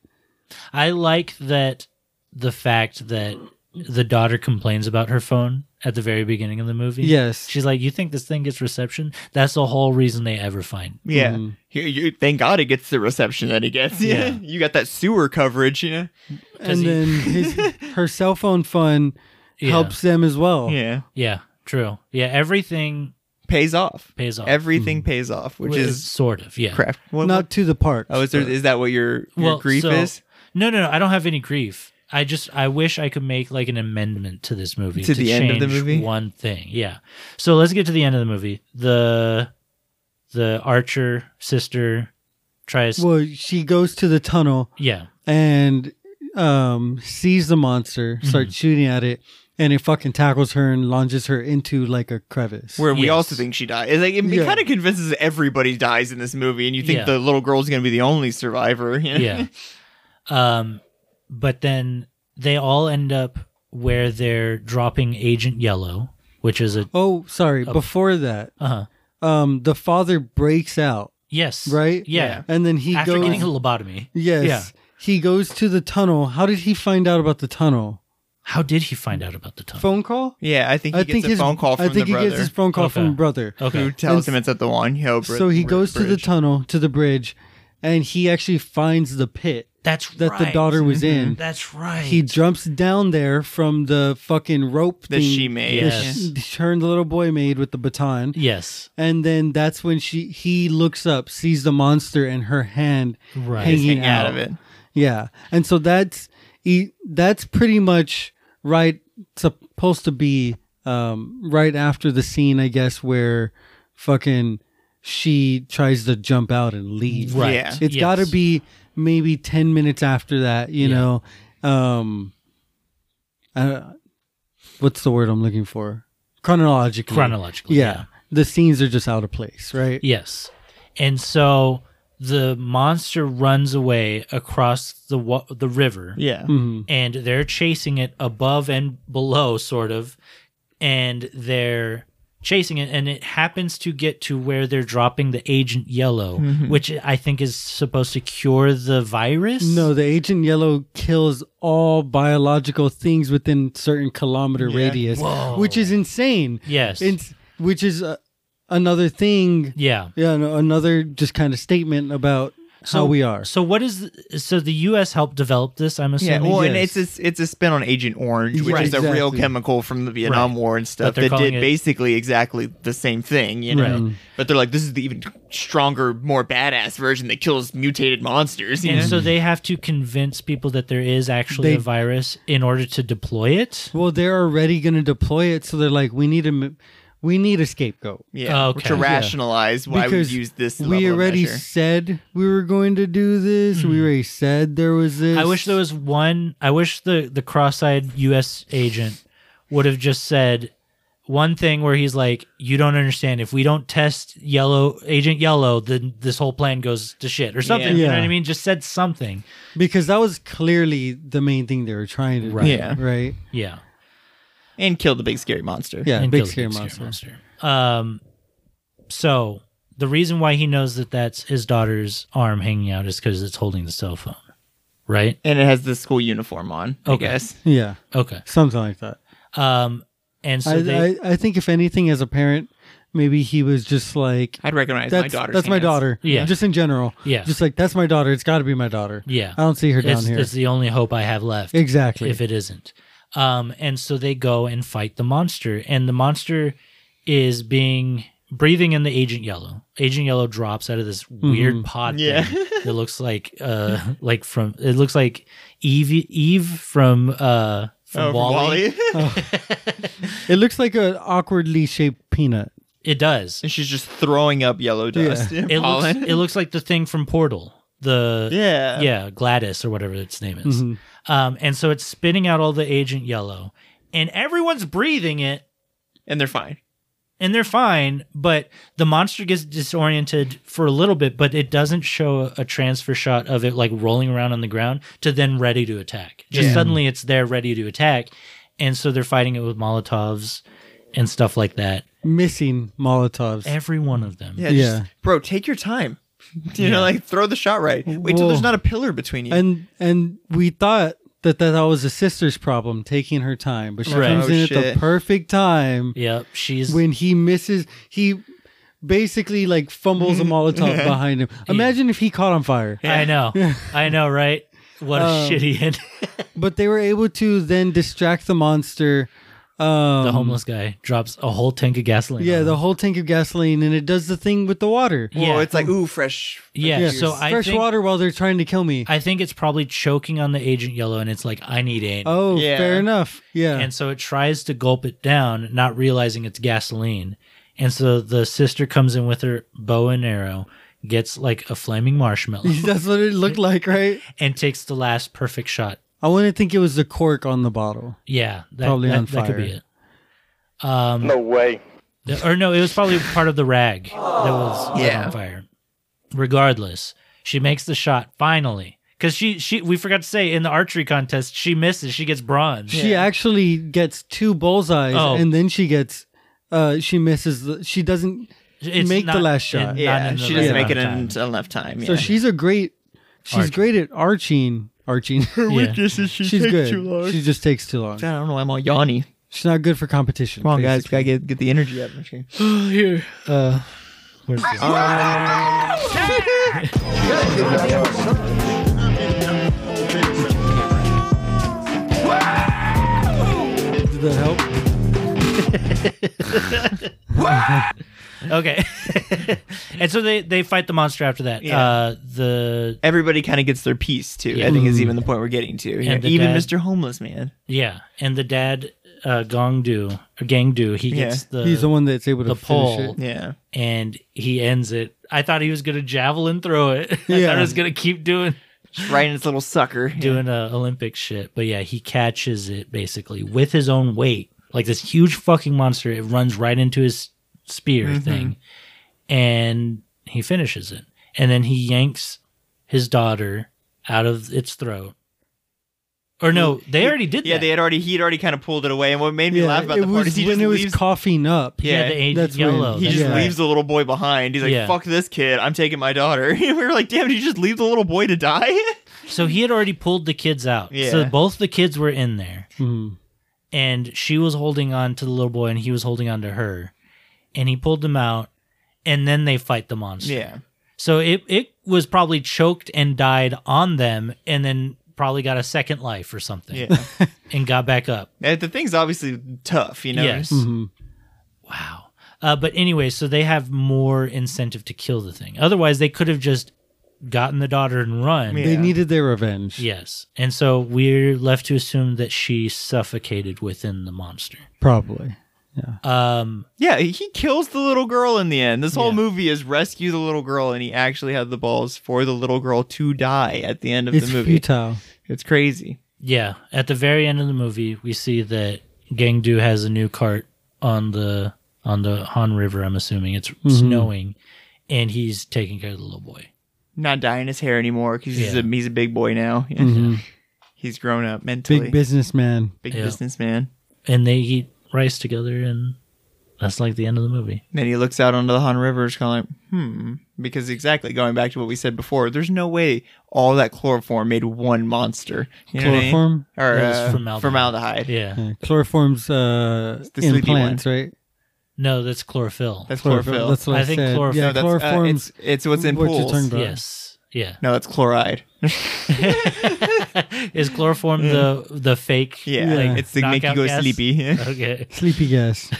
S2: I like that the fact that the daughter complains about her phone at the very beginning of the movie.
S7: Yes.
S2: She's like, You think this thing gets reception? That's the whole reason they ever find.
S1: Yeah.
S7: Hmm.
S1: Here, you, thank God it gets the reception that it gets. Yeah.
S2: Yeah.
S1: You got that sewer coverage, you know?
S7: And then his her cell phone fun
S2: Yeah.
S7: helps them as well.
S1: Yeah.
S2: Yeah. True. Yeah. Everything
S1: pays off.
S2: Pays off.
S1: Everything pays off, which
S2: Well,
S1: is
S2: sort of, yeah.
S1: Crap. What-
S7: Hmm. not
S1: what-
S7: to the park.
S1: Oh, is there? Is that what your, your grief
S2: so-
S1: is?
S2: No, no, no. I don't have any grief. I just I wish I could make like an amendment to this movie
S1: To the end of the
S2: change
S1: movie?
S2: One thing, yeah. So let's get to the end of the movie. The the Archer sister tries.
S7: Well, she goes to the tunnel.
S2: Yeah.
S7: And um sees the
S1: Mm-hmm.
S7: monster, starts shooting at it, and it fucking tackles her and launches her into like a crevice.
S1: Where we also think she dies. It's Like, it
S7: Yeah.
S1: kind of convinces everybody dies in this movie, and you think
S2: Yeah.
S1: the little girl's going to be the only survivor. You know?
S2: yeah. Um, but then they all end up where they're dropping Agent Yellow, which is a
S7: Oh, sorry.
S2: Oh.
S7: Before that,
S2: Uh-huh.
S7: um, the father breaks out.
S2: Yes.
S7: Right.
S2: Yeah.
S7: And then he
S2: After
S7: goes
S2: getting a lobotomy.
S7: Yes.
S2: Yeah.
S7: He goes to the tunnel. How did he find out about the tunnel?
S2: How did he find out about the tunnel?
S7: Phone call?
S1: Yeah, I think he gets a
S7: his-
S1: phone call from
S7: I think
S1: the
S7: he
S1: brother.
S7: gets his phone call from
S1: Okay.
S7: brother.
S1: Okay. Who tells him it's at the Wanhyo Bri-
S7: So he
S1: Bri-
S7: goes to the
S1: Bridge.
S7: tunnel to the bridge, and he actually finds the pit.
S2: That's
S7: that the
S2: right.
S7: daughter was in.
S2: Mhm. That's right.
S7: He jumps down there from the fucking rope
S1: That
S7: thing
S1: she made.
S7: that
S1: Yes.
S7: she- her and the little boy made with the baton.
S2: Yes.
S7: And then that's when she he looks up, sees the monster and her hand
S2: Right.
S7: hanging,
S1: Hanging
S7: out.
S1: out of it.
S7: Yeah, and so that's e- that's pretty much right supposed to be um, right after the scene, I guess, where fucking she tries to jump out and leave.
S2: Right. Yeah.
S7: it's got to
S2: Yes.
S7: be maybe ten minutes after that. You know, um, I, what's the word I'm looking for? Chronologically.
S2: Chronologically,
S7: yeah. The scenes are just out of place, right?
S2: Yes. And so the monster runs away across the wa- the river.
S1: Yeah.
S7: Mhm.
S2: And they're chasing it above and below sort of and they're chasing it and it happens to get to where they're dropping the agent yellow,
S7: Mhm.
S2: which I think is supposed to cure the virus.
S7: No, the Agent Yellow kills all biological things within certain kilometer
S2: Yeah.
S7: radius,
S2: Whoa.
S7: which is insane.
S2: Yes.
S7: it's, which is uh, another thing.
S2: Yeah.
S7: yeah, no, another just kind of statement about how we are.
S2: So what is th- so the US helped develop this, I'm
S1: Yeah,
S2: assuming.
S1: well, and it's a, it's a spin on Agent Orange, which
S2: Right.
S1: is a real
S2: Exactly.
S1: chemical from the Vietnam
S2: Right.
S1: War and
S2: But
S1: stuff
S2: they're
S1: that
S2: calling
S1: did
S2: it-
S1: basically exactly the same thing, you know.
S7: Mm-hmm.
S2: Right.
S1: But they're like, this is the even stronger, more badass version that kills mutated monsters. You
S2: and
S1: know?
S2: so they have to convince people that there is actually
S7: They-
S2: a virus in order to deploy it.
S7: well, they're already going to deploy it, so they're like, we need a, m- we need a scapegoat.
S1: yeah,
S2: Oh,
S1: to
S2: okay.
S1: rationalize why
S7: Because
S1: we use this. level
S7: We
S1: of
S7: already
S1: measure.
S7: said we were going to do this. We already said there was this.
S2: I wish there was one. I wish the the cross-eyed U.S. agent would have just said one thing where he's like, "You don't understand. If we don't test Yellow Agent Yellow, then this whole plan goes to shit or something."
S7: Yeah.
S2: You know what
S7: Yeah.
S2: I mean? Just said something.
S7: because that was clearly the main thing they were trying to
S2: Right.
S7: do.
S2: Yeah.
S7: Right.
S2: Yeah.
S1: and kill the big scary monster.
S7: Yeah,
S2: And
S7: big
S2: kill the
S7: scary
S2: big
S7: monster.
S2: Um, so the reason why he knows that that's his daughter's arm hanging out is because it's holding the cell phone, right?
S1: And it has the school uniform on.
S2: Okay.
S1: I guess.
S7: Yeah.
S2: Okay.
S7: Something like that.
S2: Um, and so
S7: I,
S2: they,
S7: I, I think if anything, as a parent, maybe he was just like,
S1: I'd recognize my
S7: "That's
S1: daughter's
S7: that's my
S1: hands."
S7: daughter."
S2: Yeah.
S7: just in general.
S2: Yeah.
S7: just like that's my daughter. It's got to be my daughter.
S2: yeah,
S7: I don't see her down
S2: it's,
S7: here.
S2: It's the only hope I have left.
S7: Exactly.
S2: If it isn't, um, and so they go and fight the monster, and the monster is being breathing in the Agent Yellow. Agent Yellow drops out of this weird pod
S1: Yeah.
S2: thing that looks like uh like from it looks like Eve Eve from uh
S1: Oh,
S2: from
S1: from
S2: Wally.
S1: Wall-E.
S7: It looks like an awkwardly shaped peanut.
S2: It does.
S1: And she's just throwing up yellow dust. and
S2: It looks,
S1: pollen.
S2: it looks like the thing from Portal. The
S1: Yeah.
S2: yeah Gladys or whatever its name is.
S7: Mhm.
S2: Um, and so it's spitting out all the Agent Yellow, and everyone's breathing it,
S1: and they're fine.
S2: and they're fine. But the monster gets disoriented for a little bit, but it doesn't show a transfer shot of it like rolling around on the ground to then ready to attack. Just
S1: Yeah.
S2: suddenly it's there ready to attack, and so they're fighting it with Molotovs and stuff like that.
S7: Missing Molotovs.
S2: Every one of them.
S1: Yeah, just- bro, take your time. You
S2: Yeah.
S1: know, like throw the shot right. Wait till there's
S7: Well,
S1: not a pillar between you.
S7: And and we thought that that, that was a sister's problem, taking her time, but she
S2: Right.
S7: comes
S2: Oh,
S7: in at
S2: shit.
S7: the perfect time.
S2: Yep, she's
S7: when he misses. He basically like fumbles a Molotov
S2: Mm-hmm. Yeah.
S7: behind him. Imagine if he caught on fire.
S2: I know. I know, right? What a
S7: Um,
S2: shitty end.
S7: but they were able to then distract the monster. Um,
S2: the homeless guy drops a whole tank of gasoline.
S7: Yeah, the whole oh, tank of gasoline, and it does the thing with the water.
S2: Whoa, Yeah. it's like,
S1: Oh, ooh, fresh.
S2: Yeah, so I
S7: fresh
S2: think-
S7: water while they're trying to kill me.
S2: I think it's probably choking on the Agent Yellow, and it's like, I need aim.
S7: Oh, fair enough. Yeah,
S2: And so it tries to gulp it down, not realizing it's gasoline. And so the sister comes in with her bow and arrow, gets like a flaming marshmallow,
S7: that's what it looked like, right?
S2: and takes the last perfect shot.
S7: I want to think it was the cork on the bottle.
S2: Yeah, that,
S7: probably
S2: that,
S7: on
S2: that
S7: fire.
S2: could be it. Um,
S3: No way.
S2: The- or no, it was probably part of the rag that was lit
S3: Yeah.
S2: on fire. Regardless, she makes the shot finally because she she we forgot to say in the archery contest she misses. She gets bronze.
S7: She actually gets two bullseyes,
S2: Oh.
S7: and then she gets, uh, she misses. The, she doesn't
S1: It's
S7: make the
S1: not
S7: last
S1: in-
S7: shot.
S1: not Yeah, in the she doesn't right make it enough in time. enough time,
S7: So
S1: yeah.
S7: she's a great. She's
S1: Arching.
S7: great at arching. Arching. Her
S1: weakness is she takes too long.
S7: She just takes too long.
S1: I don't know why I'm all yawny.
S7: She's not good for competition.
S1: Come on, guys, gotta get get the energy out of machine.
S2: Here.
S7: Uh,
S2: where's the-
S7: Did that help?
S2: okay, and so they they fight the monster after that. Uh, the
S1: everybody kind of gets their piece too.
S2: Yeah.
S1: I think is
S2: Mm.
S1: even the point we're getting to.
S2: And the
S1: even
S2: dad-
S1: Mr. Homeless Man.
S2: yeah, and the dad uh, Gong Du or Gang Du, he
S1: Yeah.
S2: gets the
S7: He's the one that's able to
S2: the
S7: finish
S2: pole.
S7: it. Yeah.
S2: and he ends it. I thought he was gonna javelin throw it. I
S1: Yeah.
S2: thought he was gonna keep doing
S1: right in his little sucker
S2: doing uh, Olympic shit. But yeah, he catches it basically with his own weight, like this huge fucking monster. It runs right into his spear
S1: Mhm.
S2: thing, and he finishes it. And then he yanks his daughter out of its throat. Or no, they already did.
S1: Yeah, they had already. He'd already kind of pulled it away. And what made me laugh about
S7: it
S1: the part is
S7: was
S1: he
S7: when
S1: just
S7: it was
S1: leaves.
S7: coughing up.
S2: Yeah, the Agent
S7: when-
S2: Yellow.
S1: he
S2: Oh, That's
S1: just
S2: right.
S1: leaves the little boy behind. He's like,
S2: Yeah.
S1: "Fuck this kid! I'm taking my daughter." we were like, "Damn, did you just leave the little boy to die?"
S2: So he had already pulled the kids out. So
S1: Yeah.
S2: both the kids were in there.
S7: Mm-hmm.
S2: And she was holding on to the little boy and he was holding on to her. And he pulled them out and then they fight the monster.
S1: Yeah.
S2: So it, it was probably choked and died on them and then probably got a second life or something.
S1: Yeah.
S2: and got back up.
S1: Uh, the thing's obviously tough, you know.
S2: Yes.
S1: Mhm.
S2: Wow. Uh, but anyway, so they have more incentive to kill the thing. Otherwise, they could have just gotten the daughter and run.
S7: They needed their revenge.
S2: Yes. And so we're left to assume that she suffocated within the monster.
S7: Probably.
S2: Um,
S1: yeah, he kills the little girl in the end. This whole movie is rescue the little girl, and he actually had the balls for the little girl to die at the end of
S7: It's
S1: the movie.
S7: futile.
S1: It's crazy.
S2: Yeah. At the very end of the movie, we see that Gangdu has a new cart on the on the Han River, I'm assuming. It's
S1: Mhm.
S2: snowing and he's taking care of the little boy.
S1: Not dyeing his hair anymore because he's
S2: Yeah. Mm-hmm.
S1: a he's a big boy now. Yeah.
S7: Mhm.
S1: He's grown up mentally.
S7: Big businessman.
S1: Big
S2: Yeah.
S1: businessman.
S2: And they eat rice together and that's like the end of the movie.
S1: Then he looks out onto the Han River, is kind of like, hmm. Because exactly going back to what we said before, there's no way all that chloroform made one monster. You know what I mean?
S7: Chloroform?
S1: or
S2: That was
S1: uh,
S2: formaldehyde.
S1: formaldehyde.
S2: Yeah.
S7: Yeah, Chloroform's uh,
S1: the
S7: in
S1: sleepy
S7: plants, right?
S2: No, that's chlorophyll.
S1: That's chlorophyll.
S7: That's what I,
S2: I think
S7: said.
S2: chlorophyll-
S7: Yeah,
S2: No, that's, uh,
S7: chloroform's.
S1: it's, it's what's in
S7: what you're
S1: pools.
S7: talking about.
S2: Yes. Yeah.
S1: No, that's chloride.
S2: Is chloroform the the fake?
S1: Mm. Yeah,
S7: Yeah.
S2: like,
S1: it's to make you
S2: knockout
S1: go
S2: gas?
S1: sleepy.
S2: okay.
S7: Sleepy gas.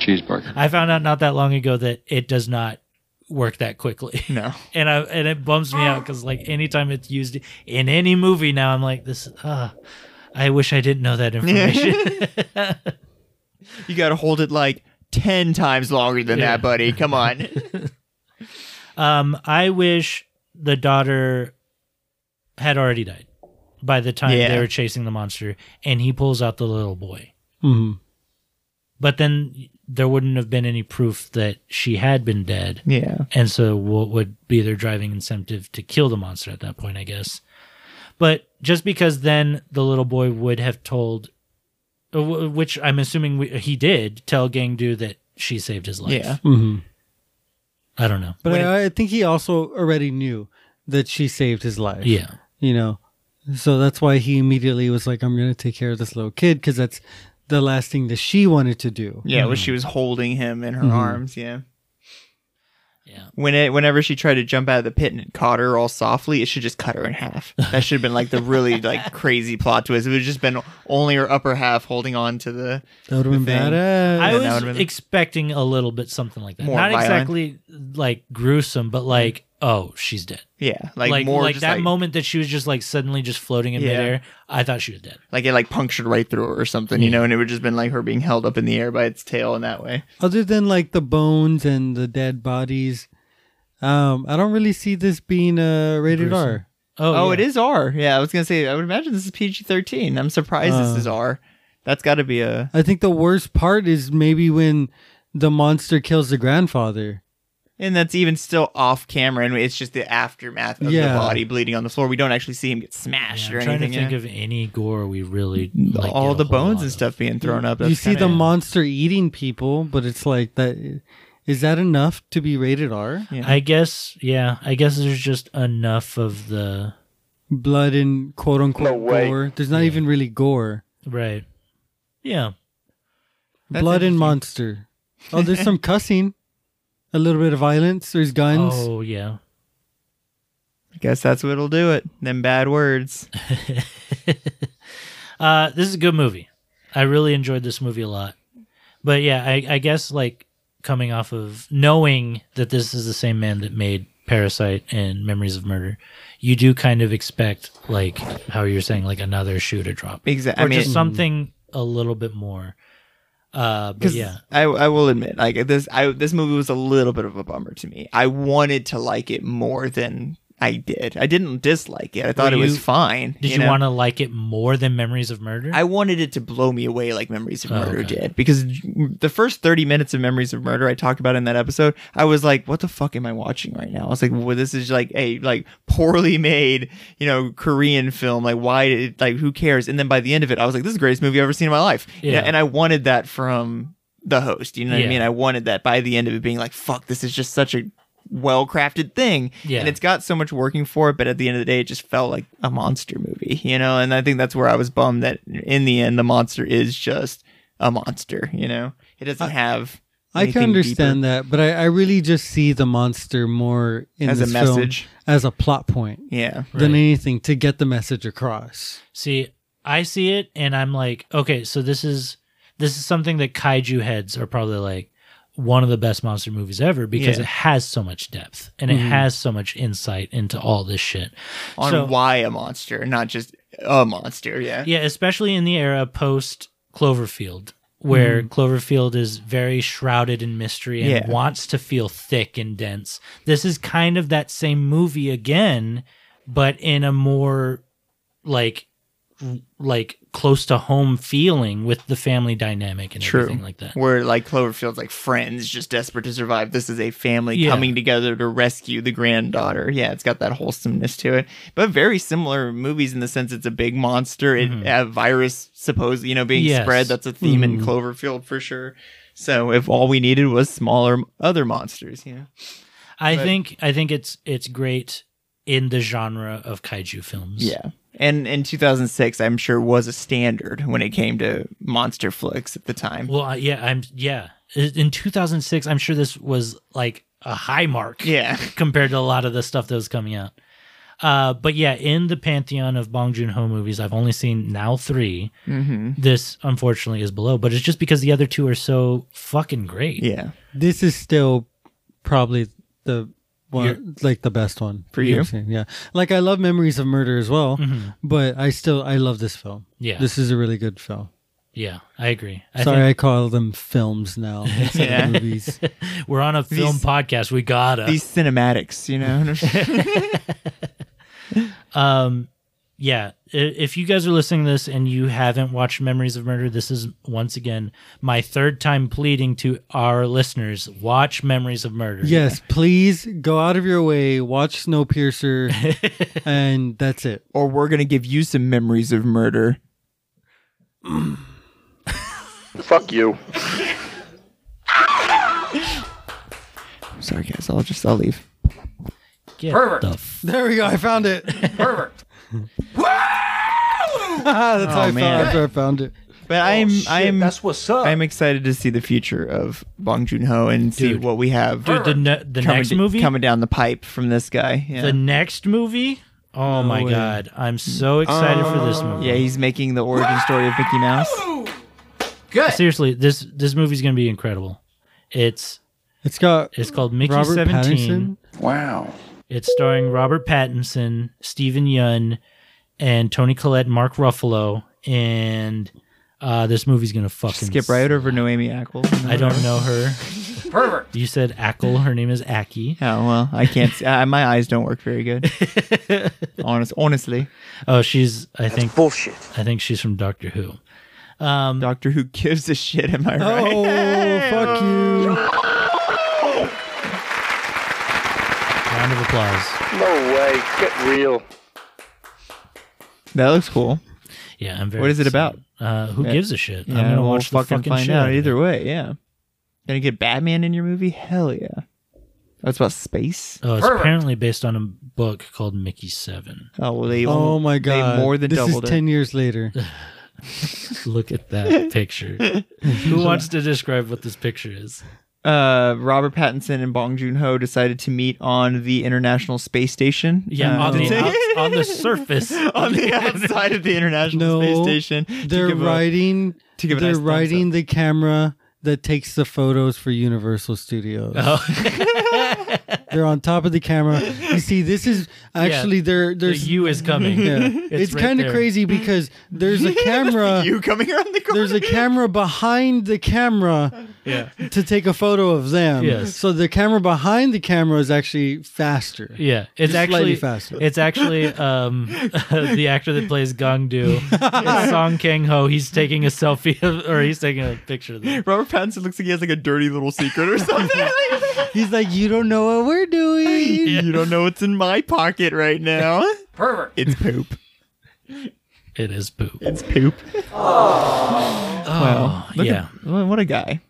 S14: cheeseburger.
S2: I found out not that long ago that it does not work that quickly.
S1: No.
S2: and I and it bums me out because like anytime it's used in any movie now, I'm like this. Uh, I wish I didn't know that information.
S1: you got to hold it like 10 times longer than
S2: Yeah.
S1: that, buddy. Come on.
S2: um, I wish the daughter had already died by the time
S1: Yeah.
S2: they were chasing the monster, and he pulls out the little boy.
S7: Mm-hmm.
S2: But then there wouldn't have been any proof that she had been dead.
S1: Yeah.
S2: And so what would be their driving incentive to kill the monster at that point, I guess. But just because then the little boy would have told, uh, wh- which I'm assuming we, he did tell Gangdu that she saved his life.
S7: Yeah. Mhm.
S2: I don't know.
S7: But I, I think he also already knew that she saved his life.
S2: Yeah.
S7: You know, so that's why he immediately was like, I'm going to take care of this little kid because that's the last thing that she wanted to do.
S1: Yeah, when
S7: Mm-hmm.
S1: she was holding him in her
S7: Mhm.
S1: arms. Yeah. Yeah. When it, whenever she tried to jump out of the pit and it caught her all softly, it should just cut her in half. That should have been like the really like crazy plot twist. It would have just been only her upper half holding on to the.
S7: That would have been badass.
S1: Yeah, that
S2: I was
S1: would've been-
S2: expecting a little bit something like that.
S1: More
S2: Not
S1: violent.
S2: exactly like gruesome, but like, oh, she's dead.
S1: Yeah, like more just
S2: that
S1: like-
S2: moment that she was just like suddenly just floating in
S1: Yeah.
S2: midair. I thought she was dead.
S1: Like it like punctured right through her or something, you know, and it would just been like her being held up in the air by its tail in that way.
S7: Other than like the bones and the dead bodies, um, I don't really see this being uh, rated
S1: Gruesome.
S7: R.
S1: Oh, it is R. Yeah, I was gonna say. I would imagine this is PG thirteen. I'm surprised
S7: Uh.
S1: this is R. That's got to be a.
S7: I think the worst part is maybe when the monster kills the grandfather.
S1: And that's even still off camera, and it's just the aftermath of
S7: Yeah.
S1: the body bleeding on the floor. We don't actually see him get smashed
S2: I'm
S1: or
S2: trying
S1: anything. Mm,
S2: to think of any gore we really like,
S1: all
S2: get
S1: the
S2: a hold
S1: bones
S2: on.
S1: and stuff being thrown up. That's
S7: you see
S1: kinda-
S7: the monster eating people, but it's like that. Is that enough to be rated R?
S2: I guess, yeah, I guess there's just enough of the
S7: Blood and quote unquote gore. There's not even really gore.
S2: right. Yeah, That's
S7: Blood and
S2: interesting.
S7: monster. Oh, there's some cussing, a little bit of violence. There's guns.
S2: Oh yeah,
S1: I guess that's what'll do it. Them bad words.
S2: uh, this is a good movie. I really enjoyed this movie a lot. But yeah, I, I guess like coming off of knowing that this is the same man that made Parasite and Memories of Murder, you do kind of expect like how you're saying like another shoe to drop,
S1: Exact-
S2: or
S1: I mean-
S2: just something a little bit more. Uh, but
S1: 'Cause
S2: yeah,
S1: I, I will admit, like this, I this movie was a little bit of a bummer to me. I wanted to like it more than I did. I didn't dislike it. I thought
S2: Were
S1: it was
S2: you-
S1: fine.
S2: did you,
S1: know?
S2: want to like it more than Memories of Murder?
S1: I wanted it to blow me away like Memories of
S2: Oh,
S1: Murder
S2: okay.
S1: did because the first 30 minutes of Memories of Murder I talked about in that episode, I was like, what the fuck am I watching right now? I was like, well, this is like a like poorly made, you know, Korean film. Like, why did like who cares? And then by the end of it, I was like, this is the greatest movie I've ever seen in my life.
S2: Yeah.
S1: Yeah. And I wanted that from the host. You know what
S2: Yeah.
S1: I mean? I wanted that by the end of it being like, fuck, this is just such a well crafted thing.
S2: Yeah.
S1: And it's got so much working for it, but at the end of the day, it just felt like a monster movie, you know? And I think that's where I was bummed that in the end, the monster is just a monster, you know? It doesn't have.
S7: I can
S1: anything
S7: understand
S1: deeper.
S7: that, but I, I really just see the monster more in
S1: As a
S7: this film
S1: message.
S7: as a plot point,
S1: Yeah.
S7: than anything to get the message across.
S2: See, I see it and I'm like, okay, so this is this is something that kaiju heads are probably like one of the best monster movies ever because
S1: Yeah.
S2: it has so much depth and it
S1: Mhm.
S2: has so much insight into all this shit.
S1: On
S2: So-
S1: why a monster, not just a monster, yeah.
S2: yeah, especially in the era post Cloverfield, where
S1: Mhm.
S2: Cloverfield is very shrouded in mystery and
S1: Yeah.
S2: wants to feel thick and dense. This is kind of that same movie again, but in a more like r- like close to home feeling with the family dynamic and everything like that.
S1: Where like Cloverfield's like friends just desperate to survive. This is a family
S2: Yeah.
S1: coming together to rescue the granddaughter. Yeah, it's got that wholesomeness to it. But very similar movies in the sense it's a big monster, it, a virus supposed you know being
S2: Mm-hmm. Yes. Mm-hmm.
S1: spread. That's a theme in Cloverfield for sure. So if all we needed was smaller other monsters, you know.
S2: I
S1: But-
S2: think I think it's it's great in the genre of kaiju films.
S1: Yeah. And in 2006, I'm sure was a standard when it came to monster flicks at the time.
S2: Well, I- yeah, I'm yeah. In 2006, I'm sure this was like a high mark.
S1: Yeah.
S2: compared to a lot of the stuff that was coming out. Uh, but yeah, in the pantheon of Bong Joon Ho movies, I've only seen now 3 Mm-hmm.
S1: Mhm.
S2: This unfortunately is below, but it's just because the other two are so fucking great.
S1: Yeah,
S7: This is still probably the one,
S2: Your-
S7: like the best one
S2: For
S7: I've
S2: you?
S7: seen, Yeah, like I love Memories of Murder as well,
S2: Mhm.
S7: but I still I love this film.
S2: Yeah.
S7: this is a really good film.
S2: yeah, I agree. I
S7: Sorry,
S2: think-
S7: I call them films now. instead of movies.
S2: We're on a film
S1: These-
S2: podcast. We gotta
S1: These cinematics, you know.
S2: um yeah i- if you guys are listening to this and you haven't watched memories of murder this is once again my third time pleading to our listeners watch memories of murder
S7: Yes, please go out of your way, watch Snowpiercer, and that's it.
S1: Or we're gonna give you some memories of murder.
S3: Fuck you.
S1: Sorry, guys. I'll just I'll leave.
S2: Get
S7: Pervert. there we go. I found it. Pervert. that's
S1: Ah,
S7: how
S1: Oh,
S2: Oh,
S7: I found. That's where I found it.
S1: But I'm I'm that's what's up. I'm excited to see the future of Bong Joon Ho and see
S2: Dude.
S1: what we have.
S2: Dude, the ne- the
S1: coming
S2: next
S1: d-
S2: movie?
S1: coming down the pipe from this guy. Yeah.
S2: the next movie oh my
S1: way.
S2: god i'm so excited for this movie
S1: Yeah, he's making the origin story of Mickey Mouse.
S2: good seriously this this movie's gonna be incredible it's
S7: it's got
S2: it's called mickey
S7: Robert
S2: 17
S10: Wow.
S2: It's starring Robert Pattinson, Stephen Yun, and Tony Collette, Mark Ruffalo, and uh, this movie's gonna fucking
S1: Skip right over Noemi Ackles.
S2: I don't know her.
S1: Pervert.
S2: You said Ackle. Her name is Aki.
S1: Oh well, I can't. See, I, my eyes don't work very good. Honest, honestly.
S2: Oh, she's. I think bullshit. I think she's from Doctor Who. Um,
S1: Doctor Who gives a shit. Am I right?
S7: Oh, fuck you.
S2: Round of applause.
S3: No way. Get real.
S1: That looks cool.
S2: Yeah, I'm very.
S1: What is it about?
S2: Uh, who
S1: Yeah.
S2: gives a shit?
S1: Yeah,
S2: I'm gonna
S1: we'll
S2: watch the
S1: fucking
S2: fucking
S1: find
S2: shit
S1: out
S2: out of
S1: either way. Yeah. Gonna get Batman in your movie? Hell yeah. That's about space.
S2: Oh, it's apparently based on a book called Mickey Seven.
S1: Oh, well, they
S7: Oh my god!
S1: They more than
S7: this is
S1: doubled it.
S7: ten years later.
S2: Look at that picture. Who wants to describe what this picture is?
S1: uh, Robert Pattinson and Bong Joon Ho decided to meet on the International Space Station.
S2: Yeah,
S1: Uh,
S2: on, the outs- on the surface.
S1: on the outside of the International Space
S7: No,
S1: Station. to
S7: They're
S1: give a-
S7: riding.
S1: to give a
S7: they're
S1: nice thumbs
S7: riding the camera that takes the photos for Universal Studios.
S1: Oh.
S7: they're on top of the camera. You see, this is actually there.
S2: The
S7: There's
S2: U is coming.
S7: Yeah. It's,
S2: right
S7: kind of
S2: there.
S7: crazy because there's a camera.
S1: you coming around the corner.
S7: There's a camera behind the camera
S2: Yeah.
S7: to take a photo of them.
S2: Yes.
S7: So the camera behind the camera is actually faster.
S2: Yeah, it's
S7: Just
S2: actually
S7: slightly faster.
S2: it's actually um the actor that plays Gong Du, it's Song Kang Ho. He's taking a selfie of, or he's taking a picture of them.
S1: Robert Pattinson looks like he has like a dirty little secret or something.
S7: He's like, you don't know what we're doing.
S1: You don't know what's in my pocket right now.
S2: Pervert.
S1: It's poop.
S2: It is poop.
S1: It's poop.
S2: Oh,
S1: look
S2: yeah.
S1: at- wha- what a guy.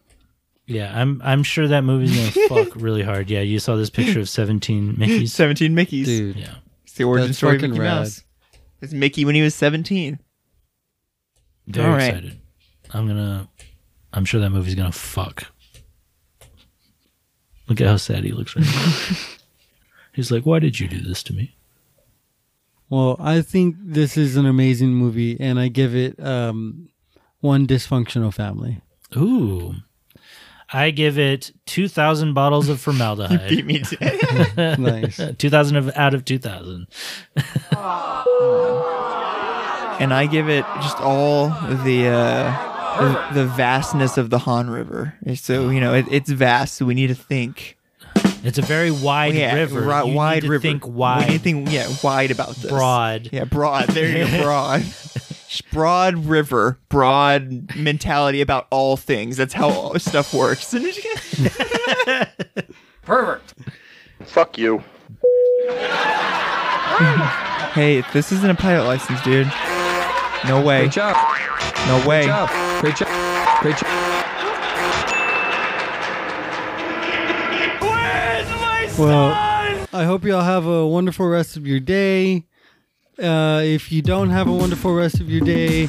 S2: Yeah, I'm I'm sure that movie's gonna fuck really hard. Yeah, you saw this picture of seventeen Mickey's.
S1: 17 Mickeys.
S7: Dude.
S2: Yeah.
S1: It's the origin
S7: That's
S1: story of
S7: fucking
S1: Mickey
S7: rad.
S1: Mouse. It's Mickey when he was 17.
S2: Very
S1: All right.
S2: excited. I'm gonna I'm sure that movie's gonna fuck. Look at how sad he looks right now. He's like, Why did you do this to me?
S7: Well, I think this is an amazing movie, and I give it um, one dysfunctional family.
S2: Ooh. I give it two thousand bottles of formaldehyde.
S1: Beat me to
S7: Nice.
S2: Two thousand of out of two thousand.
S1: And I give it just all the, uh, the the vastness of the Han River. So, you know, it, it's vast, so we need to think.
S2: It's a very wide
S1: yeah,
S2: river.
S1: ri-
S2: You need
S1: wide
S2: to
S1: river.
S2: Think
S1: We need
S2: wide.
S1: to think, yeah, wide about this.
S2: Broad.
S1: Yeah, broad. There you go, broad. broad river, broad mentality about all things. That's how all stuff works.
S3: Pervert. Fuck you.
S1: Hey, this isn't a pilot license, dude. No way. Great
S14: job.
S1: No way.
S14: Great job. Great job. Great job.
S7: Well, I hope y'all have a wonderful rest of your day. Uh, if you don't have a wonderful rest of your day,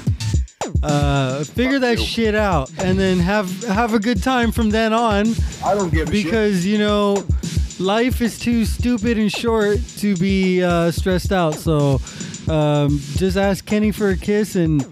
S7: uh, figure that shit out, and then have have a good time from then on. I don't give because you know life is too stupid and short to be uh, stressed out. So um, just ask Kenny for a kiss and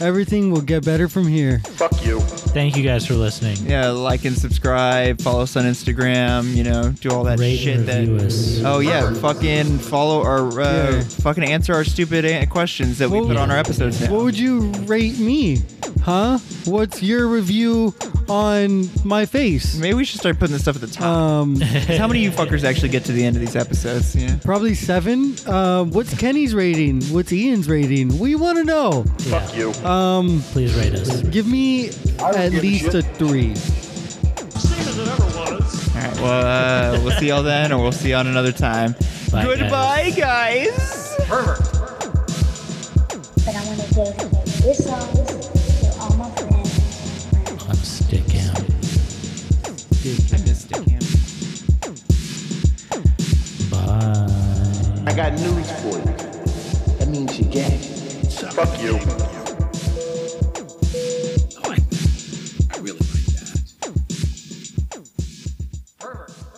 S7: everything will get better from here.
S3: Fuck you.
S2: Thank you guys for listening.
S1: Yeah, like and subscribe, follow us on Instagram, you know, do all that
S2: Rate
S1: shit
S2: and
S1: that
S2: review us.
S1: Oh yeah, fucking follow our uh,
S7: Yeah.
S1: fucking answer our stupid a- questions that we put on our episodes now.
S7: What would you rate me? Huh? What's your review on my face?
S1: Maybe we should start putting this stuff at the top.
S7: Um,
S1: How many of you fuckers actually get to the end of these episodes? Yeah.
S7: Probably seven. Um, what's Kenny's rating? What's Ian's rating? We want to know.
S3: Fuck you.
S7: Um,
S2: Please rate us.
S7: Give me at least a three.
S1: All right. Well, uh, we'll see y'all then, or we'll see you on another time.
S8: Bye, guys.
S1: Goodbye, guys.
S13: But I want to give this song to all my friends.
S2: I'm sticking.
S1: I missed it.
S2: Bye.
S13: I got news for you. That means you're gay. Fuck you.
S5: I really like that.